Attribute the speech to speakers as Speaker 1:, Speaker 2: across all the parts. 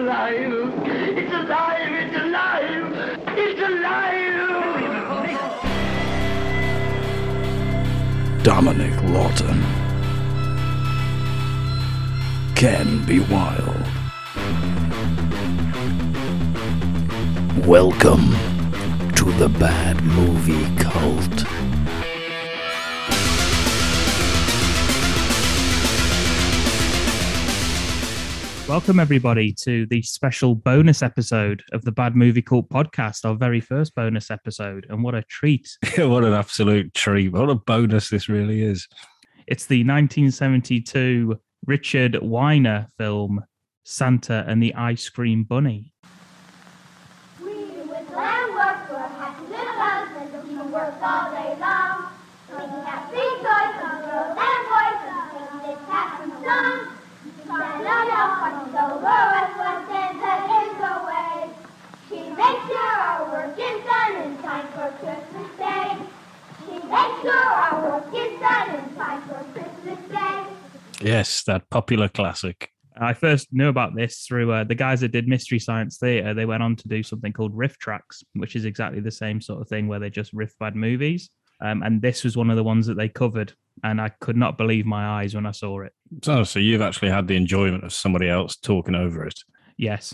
Speaker 1: alive! It's alive! It's alive! It's alive!
Speaker 2: Dominic Lawton. Can be wild. Welcome to the Bad Movie Cult.
Speaker 3: Welcome, everybody, to the special bonus episode of the Bad Movie Cult podcast, our very first bonus episode. And what a treat!
Speaker 4: what an absolute treat. What a bonus this really is.
Speaker 3: It's the 1972 Richard Weiner film, Santa and the Ice Cream Bunny.
Speaker 5: We with lamb work for a happy little house and we can work all day long. So we can have big toys and little lamb boys and we can get cats and songs. Now, no, no, funny, the world was Santa is away. She makes sure our work is done in time for Christmas Day. She makes sure our work is done in time for Christmas Day.
Speaker 4: Yes, that popular classic.
Speaker 3: I first knew about this through uh, the guys that did Mystery Science Theatre. They went on to do something called Riff Tracks, which is exactly the same sort of thing where they just riff bad movies. Um, and this was one of the ones that they covered. And I could not believe my eyes when I saw it.
Speaker 4: So, so you've actually had the enjoyment of somebody else talking over it.
Speaker 3: Yes.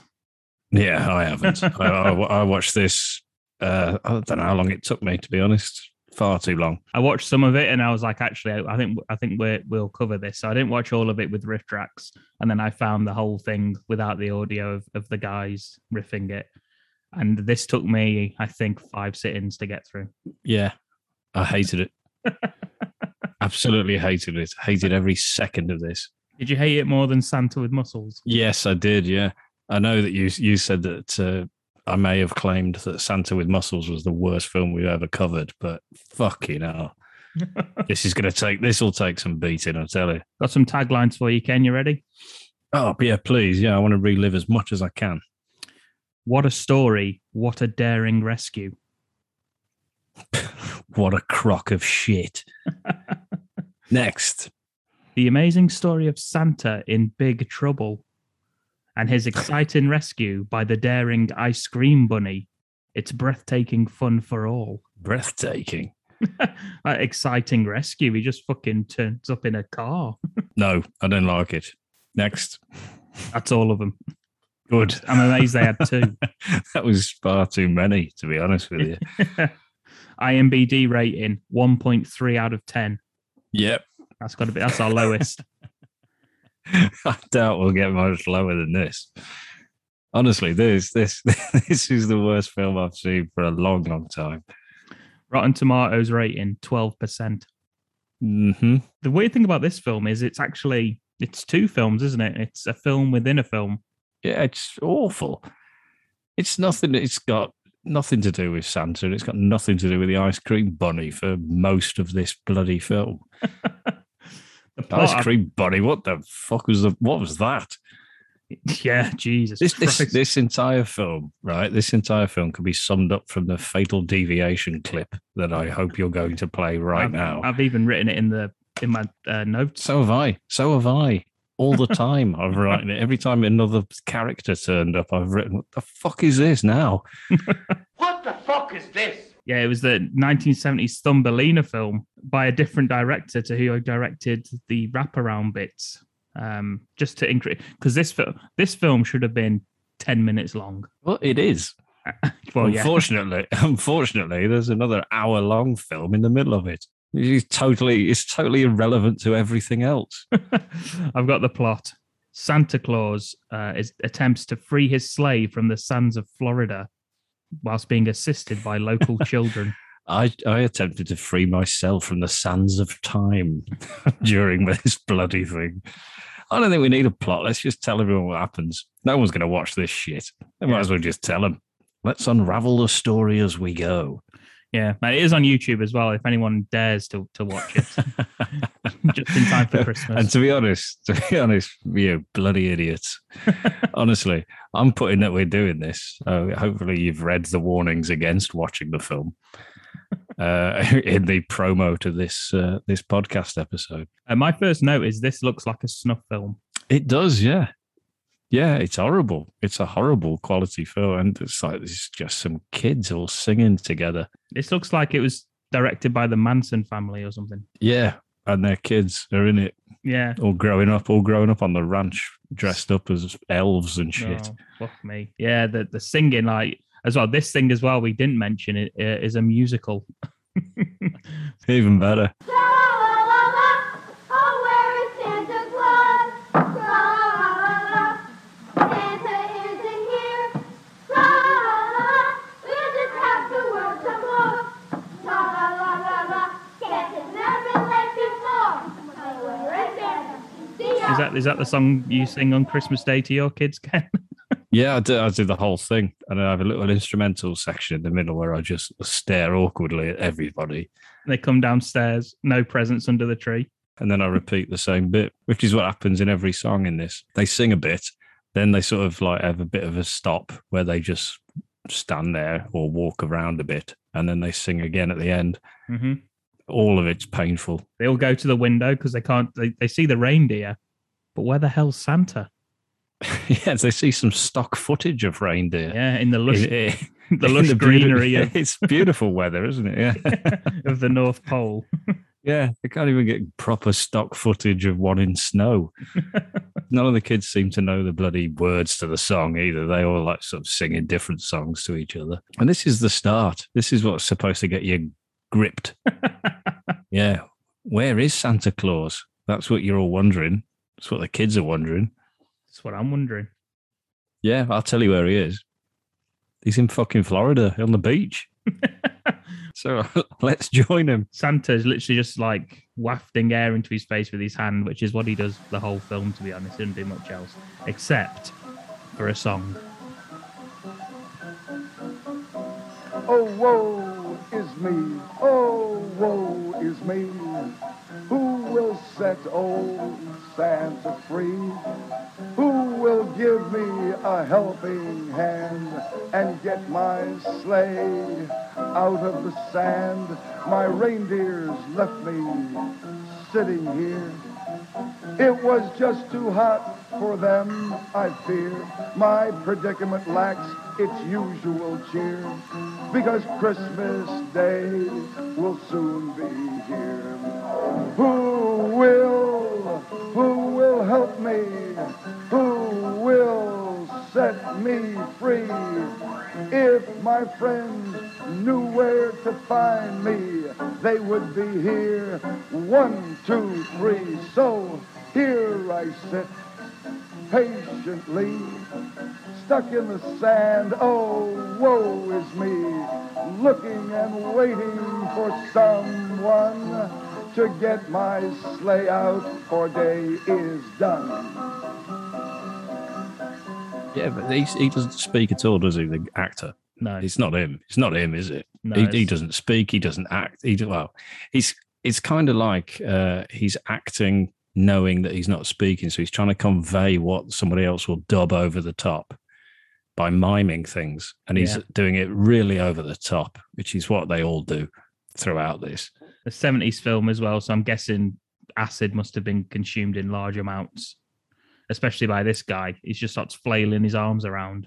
Speaker 4: Yeah, I haven't. I, I, I watched this. Uh, I don't know how long it took me, to be honest. Far too long.
Speaker 3: I watched some of it and I was like, actually, I I think I think we're, we'll cover this. So I didn't watch all of it with riff tracks, and then I found the whole thing without the audio of, of the guys riffing it. And this took me, I think, five sit-ins to get through.
Speaker 4: Yeah, I hated it. Absolutely hated it. Hated every second of this.
Speaker 3: Did you hate it more than Santa with muscles?
Speaker 4: Yes, I did. Yeah, I know that you you said that uh, I may have claimed that Santa with Muscles was the worst film we've ever covered, but fucking hell, this is going to take this will take some beating. I tell you.
Speaker 3: Got some taglines for you, Ken. You ready?
Speaker 4: Oh but yeah, please. Yeah, I want to relive as much as I can.
Speaker 3: What a story! What a daring rescue!
Speaker 4: What a crock of shit. Next,
Speaker 3: The amazing story of Santa in big trouble, and his exciting rescue by the daring ice cream bunny. It's breathtaking fun for all.
Speaker 4: breathtaking.
Speaker 3: That exciting rescue. He just fucking turns up in a car.
Speaker 4: No, I don't like it. Next,
Speaker 3: That's all of them.
Speaker 4: good.
Speaker 3: I'm amazed they had two.
Speaker 4: that was far too many, to be honest with you.
Speaker 3: IMBD rating 1.3 out of 10.
Speaker 4: yep.
Speaker 3: That's got to be, that's our lowest.
Speaker 4: I doubt we'll get much lower than this. Honestly, this this this is the worst film I've seen for a long, long time.
Speaker 3: Rotten Tomatoes rating 12%.
Speaker 4: hmm
Speaker 3: the weird thing about this film is it's actually it's two films, isn't it? It's a film within a film.
Speaker 4: Yeah, it's awful. It's nothing. It's got nothing to do with Santa, and it's got nothing to do with the ice cream bunny for most of this bloody film.
Speaker 3: The plot,
Speaker 4: Ice cream bunny. What the fuck was the? What was that?
Speaker 3: yeah, Jesus.
Speaker 4: This this
Speaker 3: Christ.
Speaker 4: this entire film, right? This entire film can be summed up from the fatal deviation clip that I hope you're going to play right
Speaker 3: I've,
Speaker 4: now.
Speaker 3: I've even written it in the in my uh, notes.
Speaker 4: So have I. So have I. All the time, I've written it. Every time another character turned up, I've written, "What the fuck is this now?"
Speaker 1: What the fuck is this?
Speaker 3: Yeah, it was the 1970s Thumbelina film by a different director to who I directed the wraparound bits. Um, just to increase because this film this film should have been 10 minutes long.
Speaker 4: Well, it is.
Speaker 3: Well, yeah.
Speaker 4: unfortunately, unfortunately, there's another hour-long film in the middle of it. It's totally, it's totally irrelevant to everything else.
Speaker 3: I've got the plot. Santa Claus uh, is, attempts to free his slave from the sands of Florida whilst being assisted by local children.
Speaker 4: I, I attempted to free myself from the sands of time during this bloody thing. I don't think we need a plot. Let's just tell everyone what happens. No one's going to watch this shit. They might as well just tell them. Let's unravel the story as we go.
Speaker 3: Yeah, and it is on YouTube as well if anyone dares to, to watch it just in time for
Speaker 4: And
Speaker 3: Christmas.
Speaker 4: to be honest, to be honest, you bloody idiots. Honestly, I'm putting that we're doing this. Uh, hopefully, you've read the warnings against watching the film uh, in the promo to this uh, this podcast episode.
Speaker 3: Uh, my first note is this looks like a snuff film.
Speaker 4: It does, yeah. Yeah, it's horrible. It's a horrible quality film. And it's like, it's just some kids all singing together.
Speaker 3: This looks like it was directed by the Manson family or something.
Speaker 4: Yeah. And their kids are in it,
Speaker 3: Yeah.
Speaker 4: all growing up, all growing up on the ranch, dressed up as elves and shit.
Speaker 3: Oh, fuck me. Yeah, the the singing like as well. This thing as well we didn't mention it uh, is a musical.
Speaker 4: Even better.
Speaker 5: Tra-la-la-la-la. Oh, where is Santa Claus? Tra-la-la-la. Santa isn't here. Tra-la-la-la. We'll just have to work some more. Tra-la-la-la-la. Guess it's never been like before. Oh, where is Santa? See ya.
Speaker 3: Is that is that the song you sing on Christmas Day to your kids, Ken?
Speaker 4: Yeah, I do, I do the whole thing. And I have a little instrumental section in the middle where I just stare awkwardly at everybody.
Speaker 3: they come downstairs, no presents under the tree.
Speaker 4: And then I repeat the same bit, which is what happens in every song in this. They sing a bit, then they sort of like have a bit of a stop where they just stand there or walk around a bit. And then they sing again at the end.
Speaker 3: Mm-hmm.
Speaker 4: All of it's painful.
Speaker 3: They all go to the window because they can't. They, they see the reindeer, but where the hell's Santa?
Speaker 4: yes, they see some stock footage of
Speaker 3: Yeah,
Speaker 4: reindeer.
Speaker 3: in the lush,
Speaker 4: In- in-
Speaker 3: the
Speaker 4: in
Speaker 3: lush
Speaker 4: beauti-
Speaker 3: greenery of,
Speaker 4: it's beautiful weather, isn't it? Yeah.
Speaker 3: of the North Pole.
Speaker 4: Yeah, they can't even get proper stock footage of one in snow. None of the kids seem to know the bloody words to the song either. They all like sort of singing different songs to each other. And this is the start. This is what's supposed to get you gripped. yeah. Where is Santa Claus? That's what you're all wondering. That's what the kids are wondering.
Speaker 3: That's what I'm wondering.
Speaker 4: Yeah, I'll tell you where he is. He's in fucking Florida on the beach. so let's join him.
Speaker 3: Santa is literally just like wafting air into his face with his hand, which is what he does the whole film, to be honest. He doesn't do much else, except for a song.
Speaker 6: Oh, woe is me. Oh, woe is me. Who will set old Santa free? Who will give me a helping hand and get my sleigh out of the sand? My reindeers left me sitting here. It was just too hot for them, I fear. My predicament lacks its usual cheer because Christmas Day will soon be here. Who will, who will help me? Who will set me free? If my friends knew where to find me, they would be here. One, two, three. So here I sit patiently, stuck in the sand. Oh, woe is me, looking and waiting for someone to get my sleigh out, for day is done.
Speaker 4: Yeah, but he, he doesn't speak at all, does he? The actor.
Speaker 3: No,
Speaker 4: It's not him. It's not him, is it?
Speaker 3: no,
Speaker 4: he, he
Speaker 3: it's-
Speaker 4: doesn't speak. He doesn't act. He do- well, he's it's kind of like uh, he's acting, knowing that he's not speaking. So he's trying to convey what somebody else will dub over the top by miming things, and he's
Speaker 3: Yeah.
Speaker 4: doing it really over the top, which is what they all do throughout this.
Speaker 3: a 70s film as well, so I'm guessing acid must have been consumed in large amounts, especially by this guy. He just starts flailing his arms around.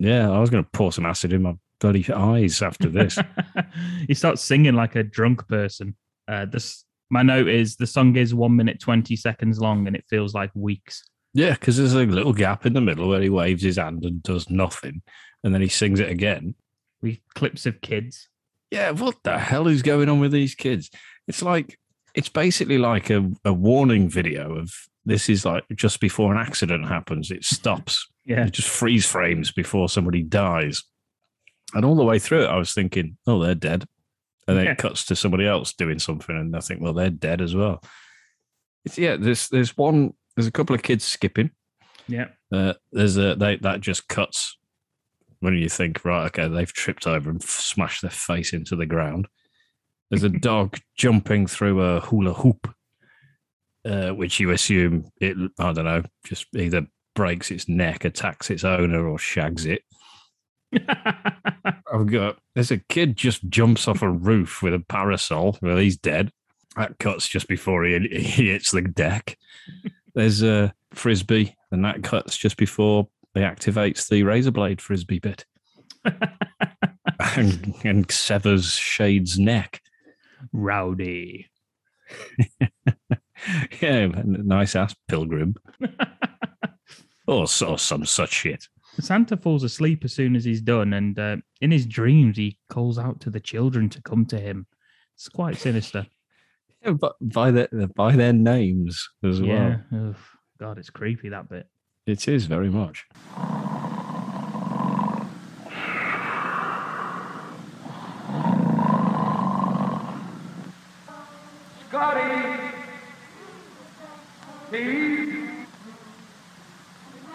Speaker 4: Yeah, I was going to pour some acid in my bloody eyes after this.
Speaker 3: he starts singing like a drunk person. Uh, this my note is the song is one minute twenty seconds long, and it feels like weeks.
Speaker 4: Yeah, because there's a little gap in the middle where he waves his hand and does nothing, and then he sings it again.
Speaker 3: We clips of kids.
Speaker 4: Yeah, what the hell is going on with these kids? It's like it's basically like a, a warning video of this is like just before an accident happens, it stops.
Speaker 3: Yeah,
Speaker 4: It just freeze frames before somebody dies. And all the way through it, I was thinking, oh, they're dead. And then
Speaker 3: Yeah.
Speaker 4: it cuts to somebody else doing something, and I think, well, they're dead as well. It's yeah, there's there's one there's a couple of kids skipping.
Speaker 3: yeah.
Speaker 4: Uh, there's a they, that just cuts when you think right okay they've tripped over and f- smashed their face into the ground there's a dog jumping through a hula hoop uh, which you assume it i don't know just either breaks its neck attacks its owner or shags it i've got there's a kid just jumps off a roof with a parasol well he's dead that cuts just before he, he hits the deck there's a frisbee and that cuts just before he activates the razor blade frisbee bit and, and severs Shade's neck.
Speaker 3: Rowdy.
Speaker 4: yeah, nice ass pilgrim. or, so- or some such shit.
Speaker 3: Santa falls asleep as soon as he's done, and uh, in his dreams, he calls out to the children to come to him. It's quite sinister.
Speaker 4: Yeah, but by their by their names as well.
Speaker 3: Yeah. Oof. God, it's creepy that bit.
Speaker 4: It is very much.
Speaker 1: Scotty! Steve!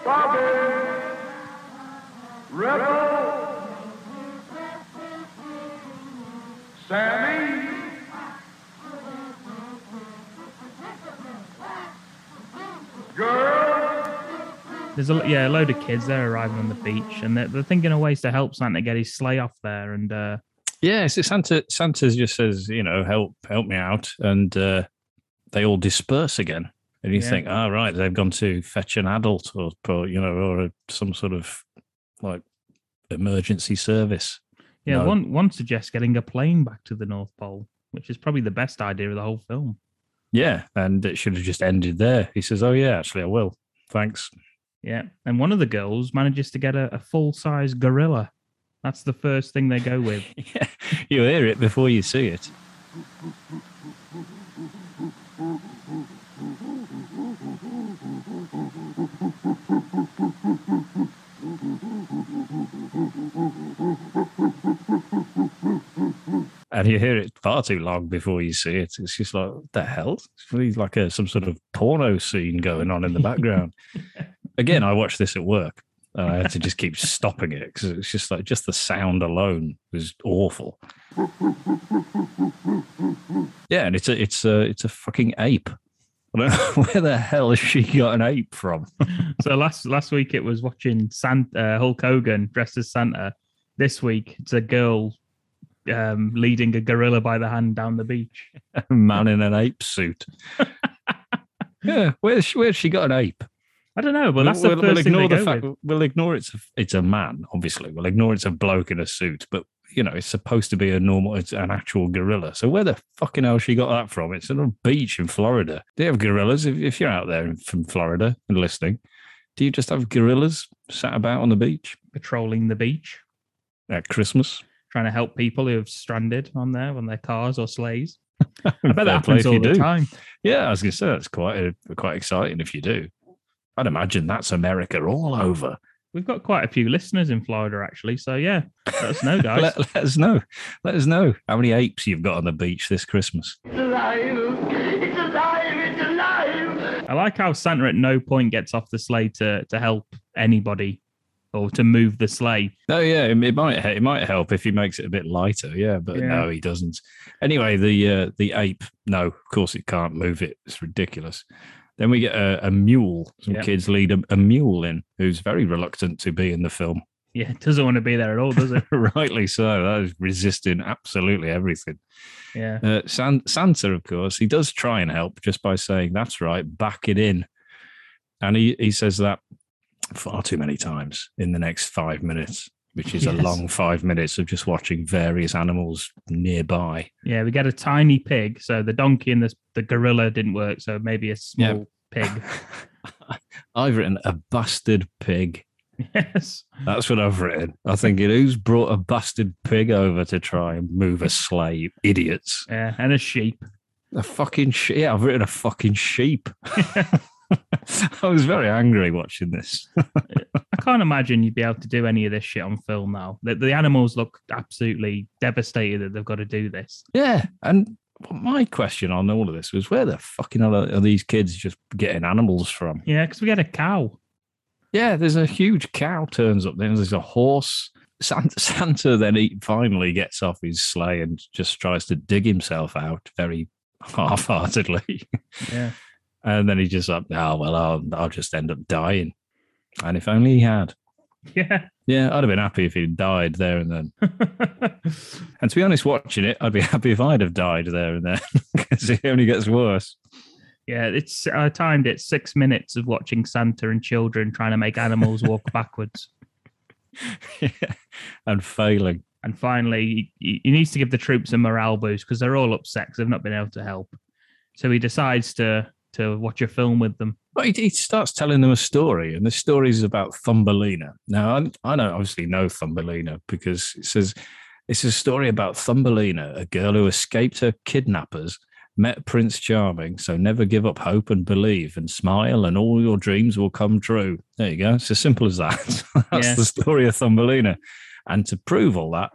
Speaker 1: Bobby! Rebel! Sammy! Girl!
Speaker 3: There's a yeah, a load of kids. They're arriving on the beach, and they're, they're thinking of ways to help Santa get his sleigh off there. And uh,
Speaker 4: Yeah, so Santa Santa just says, you know, help help me out, and uh, they all disperse again. And you
Speaker 3: Yeah.
Speaker 4: think, oh, right, they've gone to fetch an adult or, or you know, or a, some sort of like emergency service.
Speaker 3: yeah,
Speaker 4: No.
Speaker 3: one one suggests getting a plane back to the North Pole, which is probably the best idea of the whole film.
Speaker 4: Yeah, and it should have just ended there. He says, "Oh yeah, actually, I will. Thanks."
Speaker 3: Yeah, and one of the girls manages to get a, a full size gorilla. That's the first thing they go with.
Speaker 4: Yeah, you hear it before you see it. And you hear it far too long before you see it. It's just like what the hell? It's really like a, some sort of porno scene going on in the background. Again, I watched this at work and I had to just keep stopping it because it's just like just the sound alone was awful. Yeah, and it's a it's a it's a fucking ape. I don't know where the hell has she got an ape from?
Speaker 3: so last last week it was watching Santa, uh, Hulk Hogan dressed as Santa. This week it's a girl um, leading a gorilla by the hand down the beach.
Speaker 4: A man in an ape suit. yeah, where's she, where's she got an ape?
Speaker 3: I don't know, but that's the 1st thing
Speaker 4: ignore
Speaker 3: they go
Speaker 4: the fact
Speaker 3: with.
Speaker 4: we'll ignore it's a, it's a man, obviously. We'll ignore it's a bloke in a suit, but you know it's supposed to be a normal, it's an actual gorilla. So where the fucking hell she got that from? It's on a beach in Florida. Do you have gorillas? If, if you're out there in- from Florida and listening, do you just have gorillas sat about on the beach
Speaker 3: Patrolling the beach,
Speaker 4: at Christmas?
Speaker 3: trying to help people who have stranded on there on their cars or sleighs. I
Speaker 4: Hmm, Fair
Speaker 3: bet that
Speaker 4: play
Speaker 3: happens
Speaker 4: if you
Speaker 3: all the
Speaker 4: do.
Speaker 3: time.
Speaker 4: Yeah, I was going to say that's quite a, quite exciting if you do. I'd imagine that's America all over.
Speaker 3: We've got quite a few listeners in Florida, actually. So yeah, let us know, guys.
Speaker 4: Let, let us know. Let us know how many apes you've got on the beach this Christmas.
Speaker 1: It's alive! It's alive! It's alive!
Speaker 3: I like how Santa at no point gets off the sleigh to to help anybody or to move the sleigh.
Speaker 4: Oh yeah, it, it might he- it might help if he makes it a bit lighter. Yeah, but
Speaker 3: Yeah.
Speaker 4: no, he doesn't. Anyway, the uh, the ape. No, of course it can't move it. It's ridiculous. Then we get a, a mule. Some
Speaker 3: Yeah.
Speaker 4: kids lead a, a mule in, who's very reluctant to be in the film.
Speaker 3: Yeah, doesn't want to be there at all, does it?
Speaker 4: Rightly so. That is resisting absolutely everything.
Speaker 3: Yeah.
Speaker 4: Uh, San- Santa, of course, he does try and help just by saying, "That's right, back it in," and he he says that far too many times in the next five minutes, which is a
Speaker 3: Yes.
Speaker 4: long five minutes of just watching various animals nearby.
Speaker 3: Yeah, we get a tiny pig. So the donkey and the, the gorilla didn't work. So maybe a small pig.
Speaker 4: I've written a bastard pig.
Speaker 3: yes.
Speaker 4: That's what I've written. I think it who's brought a bastard pig over to try and move a sleigh, you idiots.
Speaker 3: Yeah, and a sheep.
Speaker 4: A fucking sheep. Yeah, I've written a fucking sheep. I was very angry watching this.
Speaker 3: I can't imagine you'd be able to do any of this shit on film now. The, the animals look absolutely devastated that they've got to do this.
Speaker 4: Yeah. And my question on all of this was where the fucking hell are these kids just getting animals from?
Speaker 3: Yeah, because we get a cow.
Speaker 4: Yeah, there's a huge cow turns up. Then there's a horse. Santa, Santa then he finally gets off his sleigh and just tries to dig himself out very half-heartedly.
Speaker 3: Yeah.
Speaker 4: And then he just like, oh, well, I'll, I'll just end up dying. And if only he had.
Speaker 3: Yeah.
Speaker 4: Yeah, I'd have been happy if he'd died there and then. And to be honest, watching it, I'd be happy if I'd have died there and then because it only gets worse.
Speaker 3: Yeah, it's I timed it six minutes of watching Santa and children trying to make animals walk backwards.
Speaker 4: and failing.
Speaker 3: And finally, he, he needs to give the troops a morale boost because they're all upset because they've not been able to help. So he decides to to watch a film with them.
Speaker 4: But he, he starts telling them a story, and the story is about Thumbelina. Now, I, I don't obviously know Thumbelina because it says it's a story about Thumbelina, a girl who escaped her kidnappers, met Prince Charming. So never give up hope and believe and smile, and all your dreams will come true. There you go. It's as simple as that. That's
Speaker 3: Yeah.
Speaker 4: the story of Thumbelina. And to prove all that,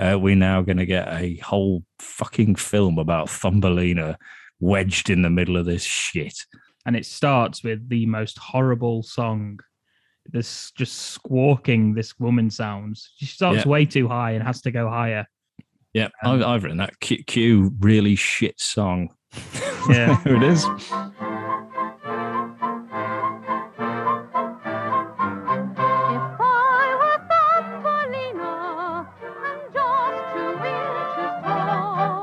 Speaker 4: uh, we're now going to get a whole fucking film about Thumbelina wedged in the middle of this shit.
Speaker 3: and it starts with the most horrible song. This just squawking this woman sounds. She starts
Speaker 4: Yeah.
Speaker 3: way too high and has to go higher.
Speaker 4: Yeah,
Speaker 3: Um,
Speaker 4: I've, I've written that Q, Q really shit song.
Speaker 3: Yeah.
Speaker 4: there it is.
Speaker 7: If I were Thumbelina and just two inches tall,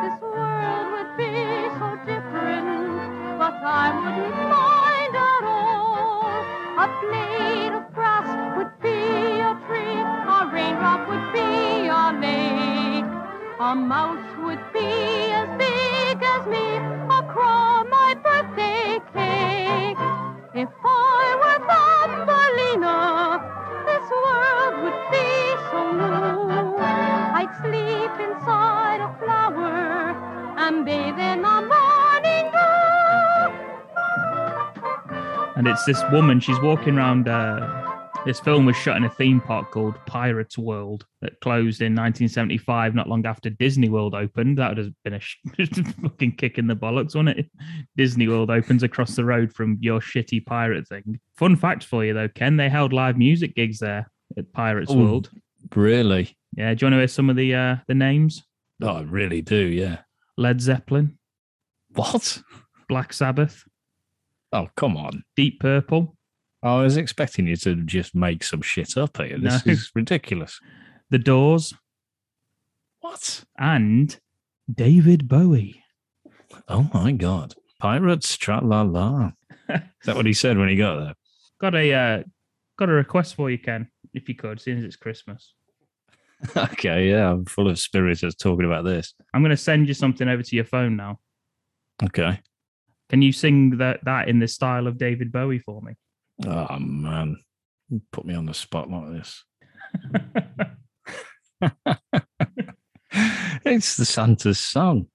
Speaker 7: this world would be so different, but I wouldn't mind at all. A blade of grass would be a tree, a raindrop would be a lake, a mouse would be as big as me, a crow my birthday cake. If I were Thumbelina, this world would be so new. I'd sleep inside a flower and bathe in a morning dew.
Speaker 3: And it's this woman, she's walking around. Uh, this film was shot in a theme park called Pirates World that closed in 1975, not long after Disney World opened. That would have been a sh- fucking kick in the bollocks, wouldn't it? Disney World opens across the road from your shitty pirate thing. Fun fact for you, though, Ken, they held live music gigs there at Pirates
Speaker 4: Oh,
Speaker 3: World.
Speaker 4: Really?
Speaker 3: Yeah, do you want to hear some of the uh, the names?
Speaker 4: Oh, I really do, yeah.
Speaker 3: Led Zeppelin,
Speaker 4: What?
Speaker 3: Black Sabbath,
Speaker 4: Oh, come on.
Speaker 3: Deep Purple,
Speaker 4: I was expecting you to just make some shit up here. This
Speaker 3: No.
Speaker 4: is ridiculous.
Speaker 3: The Doors,
Speaker 4: What?
Speaker 3: and David Bowie.
Speaker 4: Oh my god. Pirates, tra la la. Is that what he said when he got there?
Speaker 3: Got a uh, got a request for you, Ken, if you could, seeing as it's Christmas.
Speaker 4: Okay, yeah, I'm full of spirit as talking about this.
Speaker 3: I'm going to send you something over to your phone now.
Speaker 4: Okay.
Speaker 3: Can you sing that that in the style of David Bowie for me?
Speaker 4: Oh man. Put me on the spot like this. it's the Santa's song.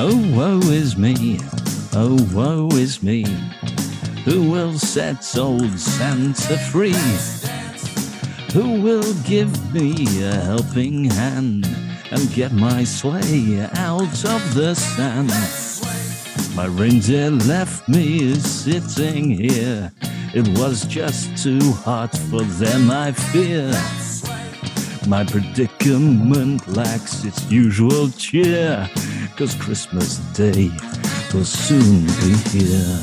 Speaker 4: Oh, woe is me. Oh, woe is me. Who will set old Santa free? Who will give me a helping hand and get my sleigh out of the sand? My reindeer left me sitting here. It was just too hot for them, I fear. My predicament lacks its usual cheer, cause Christmas Day will soon be here.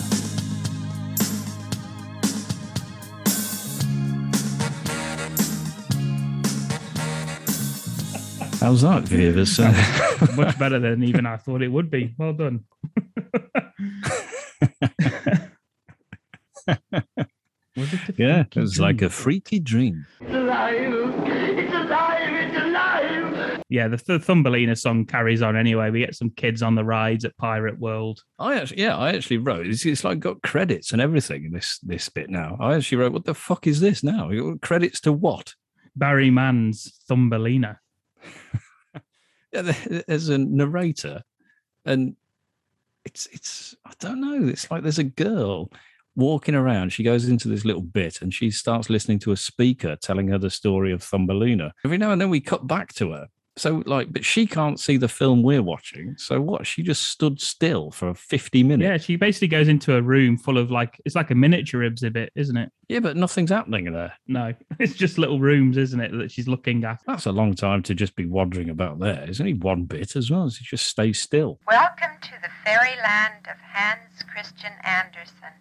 Speaker 4: How's that, Vivis?
Speaker 3: Much better than even I thought it would be. Well done. Was it a
Speaker 4: yeah, it
Speaker 3: freaky
Speaker 4: was like
Speaker 3: dream?
Speaker 4: a freaky dream.
Speaker 1: It's alive! It's alive! It's alive!
Speaker 3: yeah, the Th- Thumbelina song carries on anyway. We get some kids on the rides at Pirate World.
Speaker 4: I actually, yeah, I actually wrote. It's, it's like got credits and everything in this this bit now. I actually wrote, what the fuck is this now? Credits to what?
Speaker 3: Barry Mann's Thumbelina.
Speaker 4: Yeah, there- there's a narrator and it's it's i don't know it's like there's a girl walking around she goes into this little bit and she starts listening to a speaker telling her the story of thumbelina every now and then we cut back to her So, like, but she can't see the film we're watching. So, what? She just stood still for 50 minutes.
Speaker 3: Yeah, she basically goes into a room full of like it's like a miniature exhibit, isn't it?
Speaker 4: Yeah, but nothing's happening in there.
Speaker 3: No, it's just little rooms, isn't it, that she's looking at.
Speaker 4: That's a long time to just be wandering about there. There's only one bit as well. So you just stay still.
Speaker 8: Welcome to the fairyland of Hans Christian Andersen.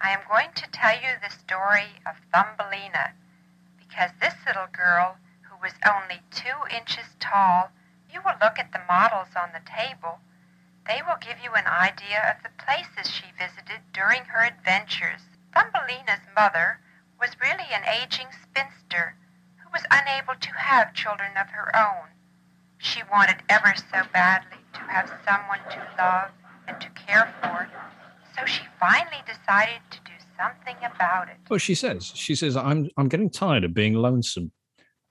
Speaker 8: I am going to tell you the story of Thumbelina because this little girl, who was only two inches tall, you will look at the models on the table. They will give you an idea of the places she visited during her adventures. Thumbelina's mother was really an aging spinster who was unable to have children of her own. She wanted ever so badly to have someone to love and to care for, so she finally decided to do something about it.
Speaker 4: Well, she says, she says, I'm I'm getting tired of being lonesome.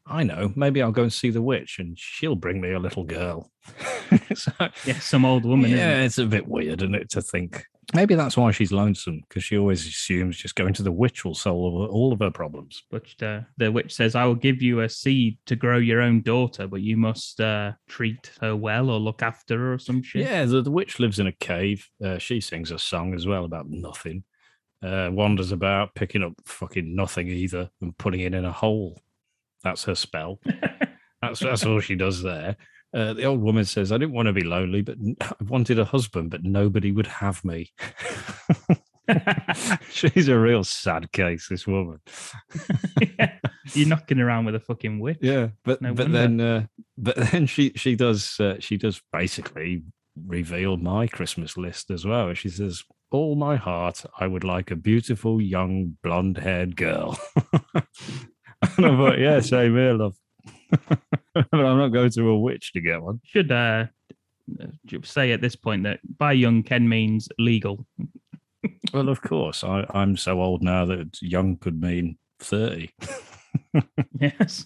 Speaker 4: I know. Maybe I'll go and see the witch, and she'll bring me a little girl. so,
Speaker 3: Yeah, some old woman. isn't
Speaker 4: yeah,
Speaker 3: it?
Speaker 4: it's a bit weird, isn't it, to think maybe that's why she's lonesome because she always assumes just going to the witch will solve all- all of her problems.
Speaker 3: But uh, the witch says, "I will give you a seed to grow your own daughter, but you must uh, treat her well or look after her or some shit."
Speaker 4: Yeah, the, the witch lives in a cave. Uh, she sings a song as well about nothing. Uh, wanders about picking up fucking nothing either and putting it in a hole. That's her spell. that's that's all she does there. Uh, the old woman says, "I didn't want to be lonely, but n- I wanted a husband, but nobody would have me." She's a real sad case, this woman.
Speaker 3: You're knocking around with a fucking whip.
Speaker 4: Yeah, but
Speaker 3: No
Speaker 4: but
Speaker 3: wonder.
Speaker 4: then uh, but then she she does uh, she does basically reveal my Christmas list as well. She says, "All my heart, I would like a beautiful young blonde-haired girl." and I thought, "Yeah, same here, love." but I'm not going to a witch to get one.
Speaker 3: Should uh, j- say at this point that by young Ken means legal.
Speaker 4: Well, of course, I, I'm so old now that young could mean thirty.
Speaker 3: Yes.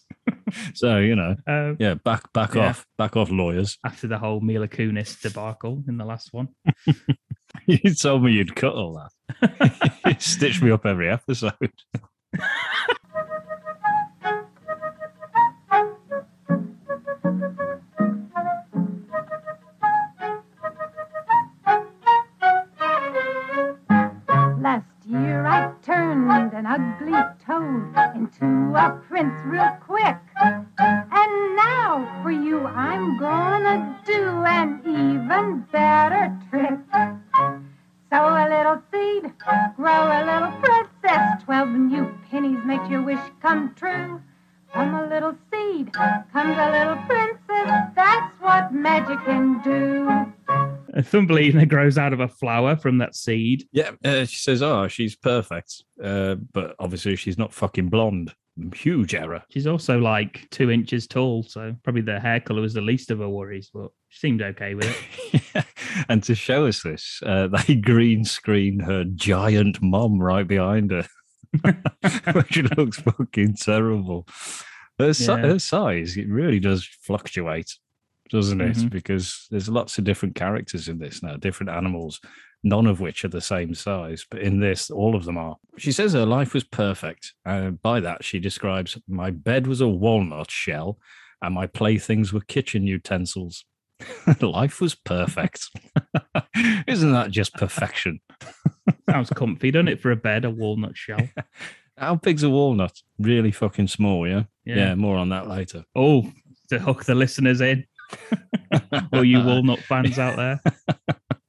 Speaker 4: So you know,
Speaker 3: Uh,
Speaker 4: yeah, back back
Speaker 3: Yeah.
Speaker 4: off, back off, lawyers.
Speaker 3: after the whole Mila Kunis debacle in the last one.
Speaker 4: You told me you'd cut all that. you stitched me up every episode.
Speaker 7: Last year I turned an ugly toad into a prince real quick. And now for you I'm gonna do an even better trick. Sow a little seed, grow a little princess. Twelve new pennies make your wish come true. From a little seed comes a little princess. That's what magic can do.
Speaker 3: Uh, Thumbelina grows out of a flower from that seed.
Speaker 4: Yeah, uh, she says, "Oh, she's perfect," uh, but obviously she's not fucking blonde. Huge error.
Speaker 3: She's also like two inches tall, so probably the hair color was the least of her worries, but she seemed okay with it.
Speaker 4: and to show us this, uh, they green screen her giant mom right behind her, which looks fucking terrible. Her, si-
Speaker 3: Yeah.
Speaker 4: her size it really does fluctuate, doesn't it?
Speaker 3: Mhm.
Speaker 4: Because there's lots of different characters in this now, different animals, none of which are the same size, but in this, all of them are. She says her life was perfect, and by that she describes my bed was a walnut shell, and my playthings were kitchen utensils. Life was perfect. Isn't that just perfection?
Speaker 3: Sounds comfy, doesn't it, for a bed, a walnut shell?
Speaker 4: How big's a walnut? Really fucking small, yeah? Yeah, more on that later.
Speaker 3: Oh, to hook the listeners in, all you walnut fans out there.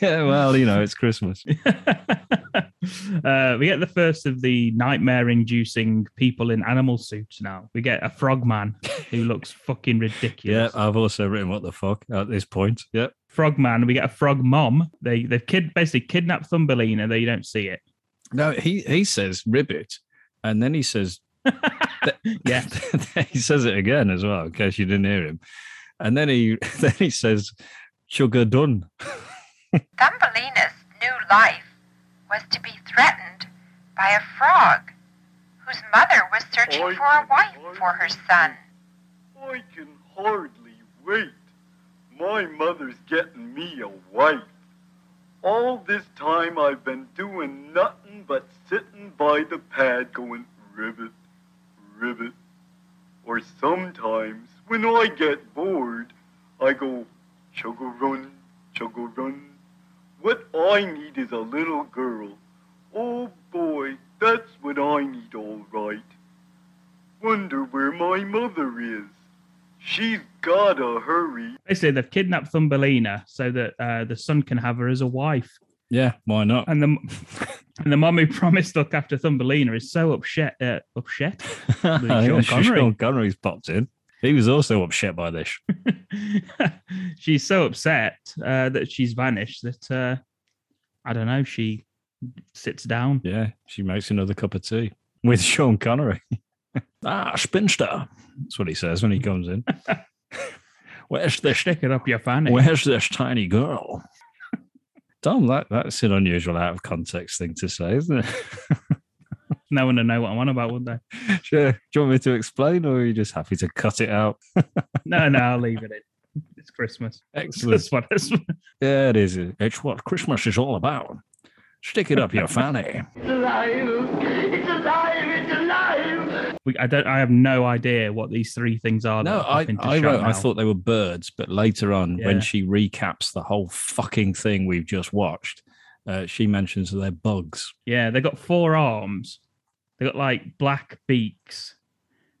Speaker 4: yeah, well, you know, it's Christmas.
Speaker 3: uh, we get the first of the nightmare-inducing people in animal suits. Now we get a frogman who looks fucking
Speaker 4: Yeah, uh,
Speaker 3: ridiculous.
Speaker 4: I've also written what the fuck at this point. Yep.
Speaker 3: Frogman. We get a frog mom. They they've kid basically kidnapped Thumbelina. They don't see it.
Speaker 4: No, he he says ribbit, and then he says
Speaker 3: yeah,
Speaker 4: he says it again as well, in case you didn't hear him. And then he then he says chugger done.
Speaker 8: Thumbelina's new life was to be threatened by a frog whose mother was searching for a wife for her son.
Speaker 6: I can hardly wait. My mother's getting me a wife. All this time I've been doing nothing but sitting by the pad going ribbit, ribbit. Or sometimes When I get bored, I go chugga run, chugga run. What I need is a little girl. Oh boy, that's what I need, all right. Wonder where my mother is. She's gotta hurry.
Speaker 3: Basically, they've kidnapped Thumbelina so that uh, the son can have her as a wife.
Speaker 4: Yeah, why not?
Speaker 3: And the and the mom who promised to look after Thumbelina is so upset. Uh, upset.
Speaker 4: Yeah,
Speaker 3: Sean Connery.
Speaker 4: Sean Connery's popped in. He was also upset by this.
Speaker 3: she's so upset uh, that she's vanished that uh, I don't know. She sits down.
Speaker 4: Yeah, she makes another cup of tea with Sean Connery. ah, spinster. That's what he says when he comes in. Where's this?
Speaker 3: Stick it up your fanny.
Speaker 4: Where's this tiny girl? Tom, that, that's an unusual out of context thing to say, isn't it?
Speaker 3: No one will know what I'm on about, would they?
Speaker 4: sure. Do you want me to explain, or are you just happy to cut it out?
Speaker 3: No, no, I'll leave it in. It's Christmas.
Speaker 4: Excellent.
Speaker 3: That's what it's.
Speaker 4: Yeah, it is. It's what Christmas is all about. Stick it up your fanny.
Speaker 1: It's alive! It's alive! It's alive!
Speaker 3: We, I don't. I have no idea what these three things are. that
Speaker 4: No,
Speaker 3: are
Speaker 4: I,
Speaker 3: popping to
Speaker 4: I,
Speaker 3: shout
Speaker 4: wrote, I
Speaker 3: now.
Speaker 4: thought they were birds, but later on,
Speaker 3: Yeah.
Speaker 4: when she recaps the whole fucking thing we've just watched, uh, she mentions that they're bugs.
Speaker 3: Yeah, they got four arms. They got like black beaks,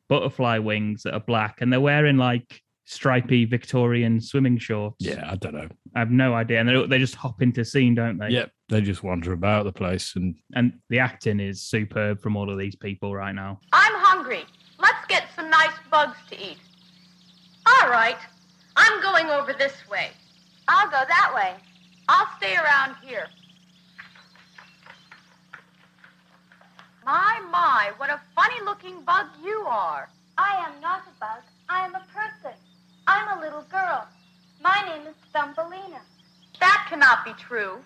Speaker 3: butterfly wings that are black, and they're wearing like stripy Victorian swimming shorts.
Speaker 4: Yeah, I don't know.
Speaker 3: I have no idea, and they they just hop into scene, don't they?
Speaker 4: Yep, they just wander about the place, and
Speaker 3: And the acting is superb from all of these people right now.
Speaker 7: I'm hungry. Let's get some nice bugs to eat. All right. I'm going over this way. I'll go that way. I'll stay around here. My, my, what a funny looking bug you are.
Speaker 5: I am not a bug. I am a person. I'm a little girl. My name is Thumbelina.
Speaker 7: That cannot be true.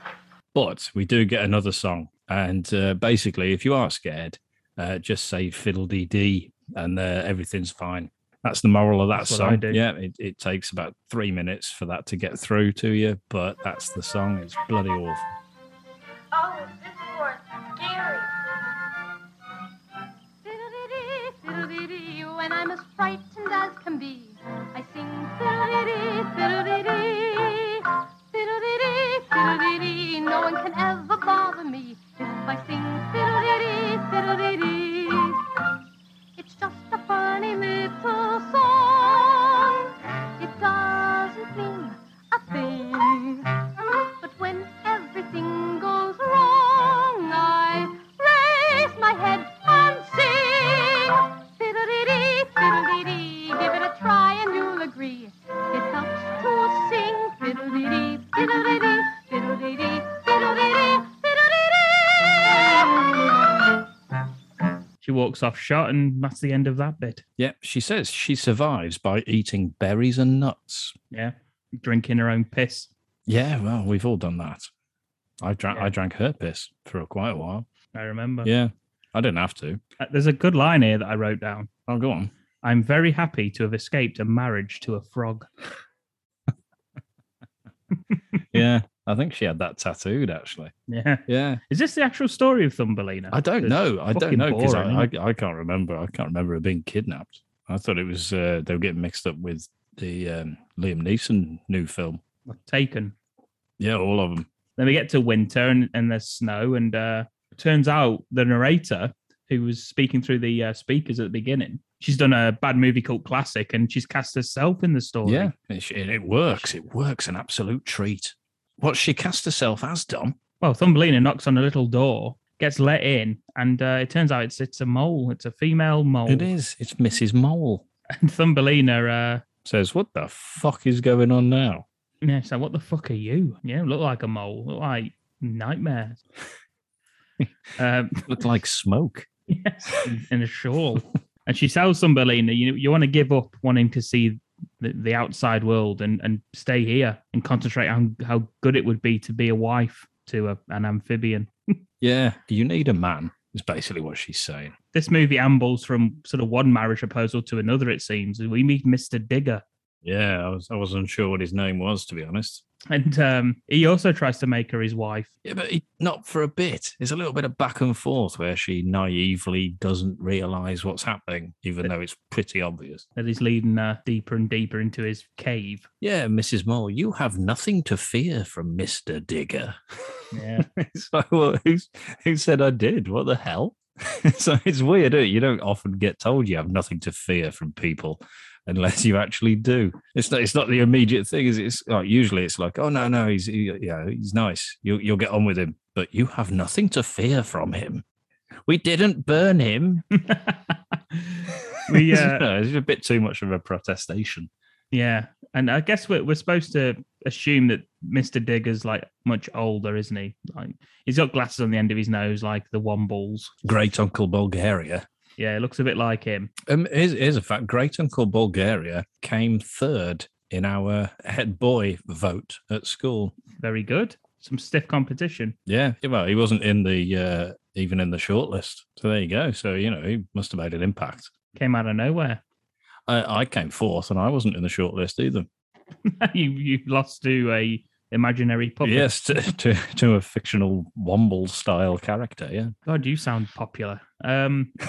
Speaker 4: but we do get another song, and uh, basically, if you are scared, uh, just say fiddle dee dee, and uh, everything's fine. That's the moral of that
Speaker 3: That's what I
Speaker 4: song.
Speaker 3: do.
Speaker 4: Yeah, it, it takes about three minutes for that to get through to you, but that's the song. It's bloody awful.
Speaker 5: Oh, is this for scary?
Speaker 7: Fiddle-dee-dee, fiddle-dee-dee, when I'm as frightened as can be, I sing fiddle-dee-dee, fiddle-dee-dee, fiddle-dee-dee, fiddle-dee-dee, no one can ever bother me if I sing fiddle-dee-dee, fiddle-dee-dee. It's just a funny little song. It doesn't mean a thing. But when everything goes wrong, I raise my head and sing. Fiddle-dee-dee, fiddle-dee-dee, give it a try and you'll agree. It helps to sing. Fiddle-dee-dee, fiddle-dee-dee, fiddle-dee-dee, fiddle-dee-dee, fiddle-dee-dee.
Speaker 3: She walks off shot, and that's the end of that bit.
Speaker 4: Yep, she says she survives by eating berries and nuts.
Speaker 3: Yeah, drinking her own piss.
Speaker 4: Yeah, well, we've all done that. I drank
Speaker 3: Yeah.
Speaker 4: I drank her piss for quite a while.
Speaker 3: I remember.
Speaker 4: Yeah. I didn't have to.
Speaker 3: Uh, There's a good line here that I wrote down.
Speaker 4: Oh, go on.
Speaker 3: I'm very happy to have escaped a marriage to a frog.
Speaker 4: Yeah. I think she had that tattooed actually.
Speaker 3: Yeah.
Speaker 4: Yeah.
Speaker 3: Is this the actual story of Thumbelina?
Speaker 4: I don't
Speaker 3: It's
Speaker 4: know. I don't
Speaker 3: fucking
Speaker 4: know because I,
Speaker 3: boring,
Speaker 4: I,
Speaker 3: isn't
Speaker 4: I can't remember. I can't remember her being kidnapped. I thought it was uh, they were getting mixed up with the um, Liam Neeson new film.
Speaker 3: Taken.
Speaker 4: Yeah, all of them.
Speaker 3: Then we get to winter and, and there's snow. And uh, turns out the narrator who was speaking through the uh, speakers at the beginning, she's done a bad movie called Classic and she's cast herself in the story.
Speaker 4: Yeah, it, it works. It works. An absolute treat. What she cast herself as, Dom?
Speaker 3: Well, Thumbelina knocks on a little door, gets let in, and uh, it turns out it's it's a mole. It's a female mole.
Speaker 4: It is. It's Mrs. Mole.
Speaker 3: And Thumbelina, uh,
Speaker 4: says, What the fuck is going on now?
Speaker 3: yeah, so what the fuck are you? Yeah, look like a mole. Look like nightmares. um,
Speaker 4: Look like smoke.
Speaker 3: yes, in- in a shawl. And she tells Thumbelina, you you want to give up wanting to see the, the outside world and, and stay here and concentrate on how good it would be to be a wife to a, an amphibian.
Speaker 4: Yeah. You need a man, is basically what she's saying.
Speaker 3: This movie ambles from sort of one marriage proposal to another, it seems. We meet Mr. Digger.
Speaker 4: Yeah, I was I wasn't sure what his name was, to be honest.
Speaker 3: And um, he also tries to make her his wife.
Speaker 4: Yeah, but he, not for a bit. It's a little bit of back and forth where she naively doesn't realize what's happening, even though it's pretty obvious.
Speaker 3: That he's leading her deeper and deeper into his cave.
Speaker 4: Yeah, Mrs. Moore, you have nothing to fear from Mr. Digger.
Speaker 3: Yeah,
Speaker 4: It's like, well, who's, who said I did? What the hell? so it's weird. Isn't it? You don't often get told you have nothing to fear from people unless you actually do. It's not. It's not the immediate thing. Is it? it's like usually it's like, oh no, no, he's he, yeah, he's nice. You'll you'll get on with him, but you have nothing to fear from him. We didn't burn him.
Speaker 3: we uh,
Speaker 4: No, it's a bit too much of a protestation.
Speaker 3: yeah, and I guess we're we're supposed to assume that Mister Digger's like much older, isn't he? Like he's got glasses on the end of his nose, like the Wombles.
Speaker 4: Great Uncle Bulgaria.
Speaker 3: Yeah, it looks a bit like him.
Speaker 4: Um, here's, here's a fact. Great Uncle Bulgaria came third in our head boy vote at school.
Speaker 3: Very good. Some stiff competition.
Speaker 4: Yeah, well, he wasn't in the uh, even in the shortlist. So there you go. So you know, he must have made an impact.
Speaker 3: Came out of nowhere.
Speaker 4: I, I came fourth, and I wasn't in the shortlist either.
Speaker 3: you you lost to a imaginary puppet.
Speaker 4: Yes, to, to to a fictional Womble style character. Yeah.
Speaker 3: God, you sound popular. Um,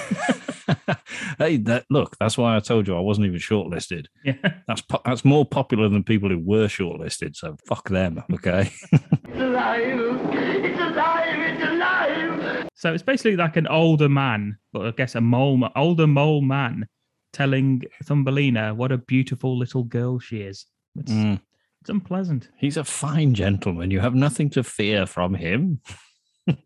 Speaker 4: hey, that look. That's why I told you I wasn't even shortlisted.
Speaker 3: yeah.
Speaker 4: That's po- that's more popular than people who were shortlisted. So fuck them. Okay.
Speaker 1: It's alive. It's alive. It's alive.
Speaker 3: So it's basically like an older man, but I guess a mole, ma- older mole man, telling Thumbelina what a beautiful little girl she is. It's,
Speaker 4: Mm.
Speaker 3: it's unpleasant.
Speaker 4: He's a fine gentleman. You have nothing to fear from him.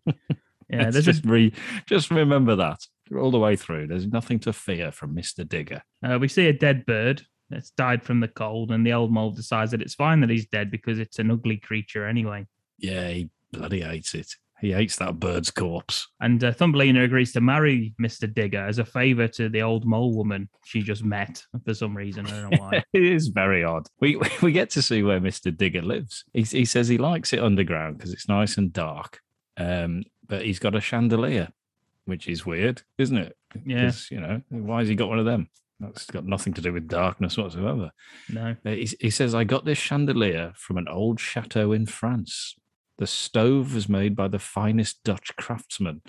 Speaker 3: Yeah,
Speaker 4: Let's
Speaker 3: there's
Speaker 4: just re- just remember that all the way through. There's nothing to fear from Mister Digger.
Speaker 3: a, uh, we see a dead bird that's died from the cold, and the old mole decides that it's fine that he's dead because it's an ugly creature anyway.
Speaker 4: Yeah, he bloody hates it. He hates that bird's corpse.
Speaker 3: And uh, Thumbelina agrees to marry Mr. Digger as a favor to the old mole woman she just met for some reason. I don't know why.
Speaker 4: It is very odd. We we get to see where Mister Digger lives. He he says he likes it underground because it's nice and dark. Um, but he's got a chandelier, which is weird, isn't it?
Speaker 3: yeah,
Speaker 4: 'Cause, you know, why has he got one of them? That's got nothing to do with darkness whatsoever.
Speaker 3: no.
Speaker 4: Uh, He, he says, I got this chandelier from an old chateau in France. The stove was made by the finest Dutch craftsmen.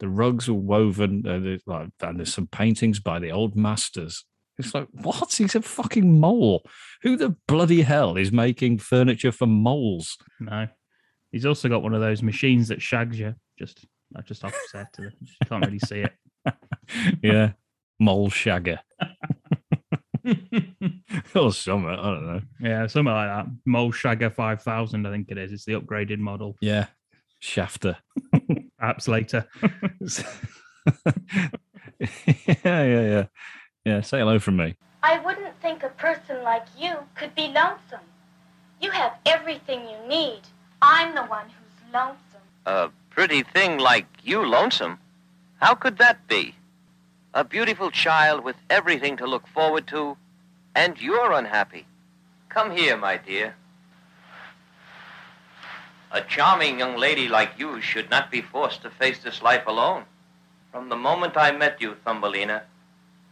Speaker 4: The rugs were woven, uh, there's like, and there's some paintings by the old masters. It's like, what? He's a fucking mole. Who the bloody hell is making furniture for moles?
Speaker 3: No. He's also got one of those machines that shags you. Just I just offset to the you can't really see it.
Speaker 4: Yeah. Mole shagger. or something. I don't know.
Speaker 3: yeah, something like that. Mole Shagger 5000, I think it is. It's the upgraded model.
Speaker 4: Yeah. Shafter.
Speaker 3: Perhaps later.
Speaker 4: yeah, yeah, yeah. Yeah, say hello from me.
Speaker 5: I wouldn't think a person like you could be lonesome. You have everything you need. I'm the one who's lonesome.
Speaker 1: A pretty thing like you lonesome. How could that be? A beautiful child with everything to look forward to, and you're unhappy. Come here, my dear. A charming young lady like you should not be forced to face this life alone. From the moment I met you, Thumbelina,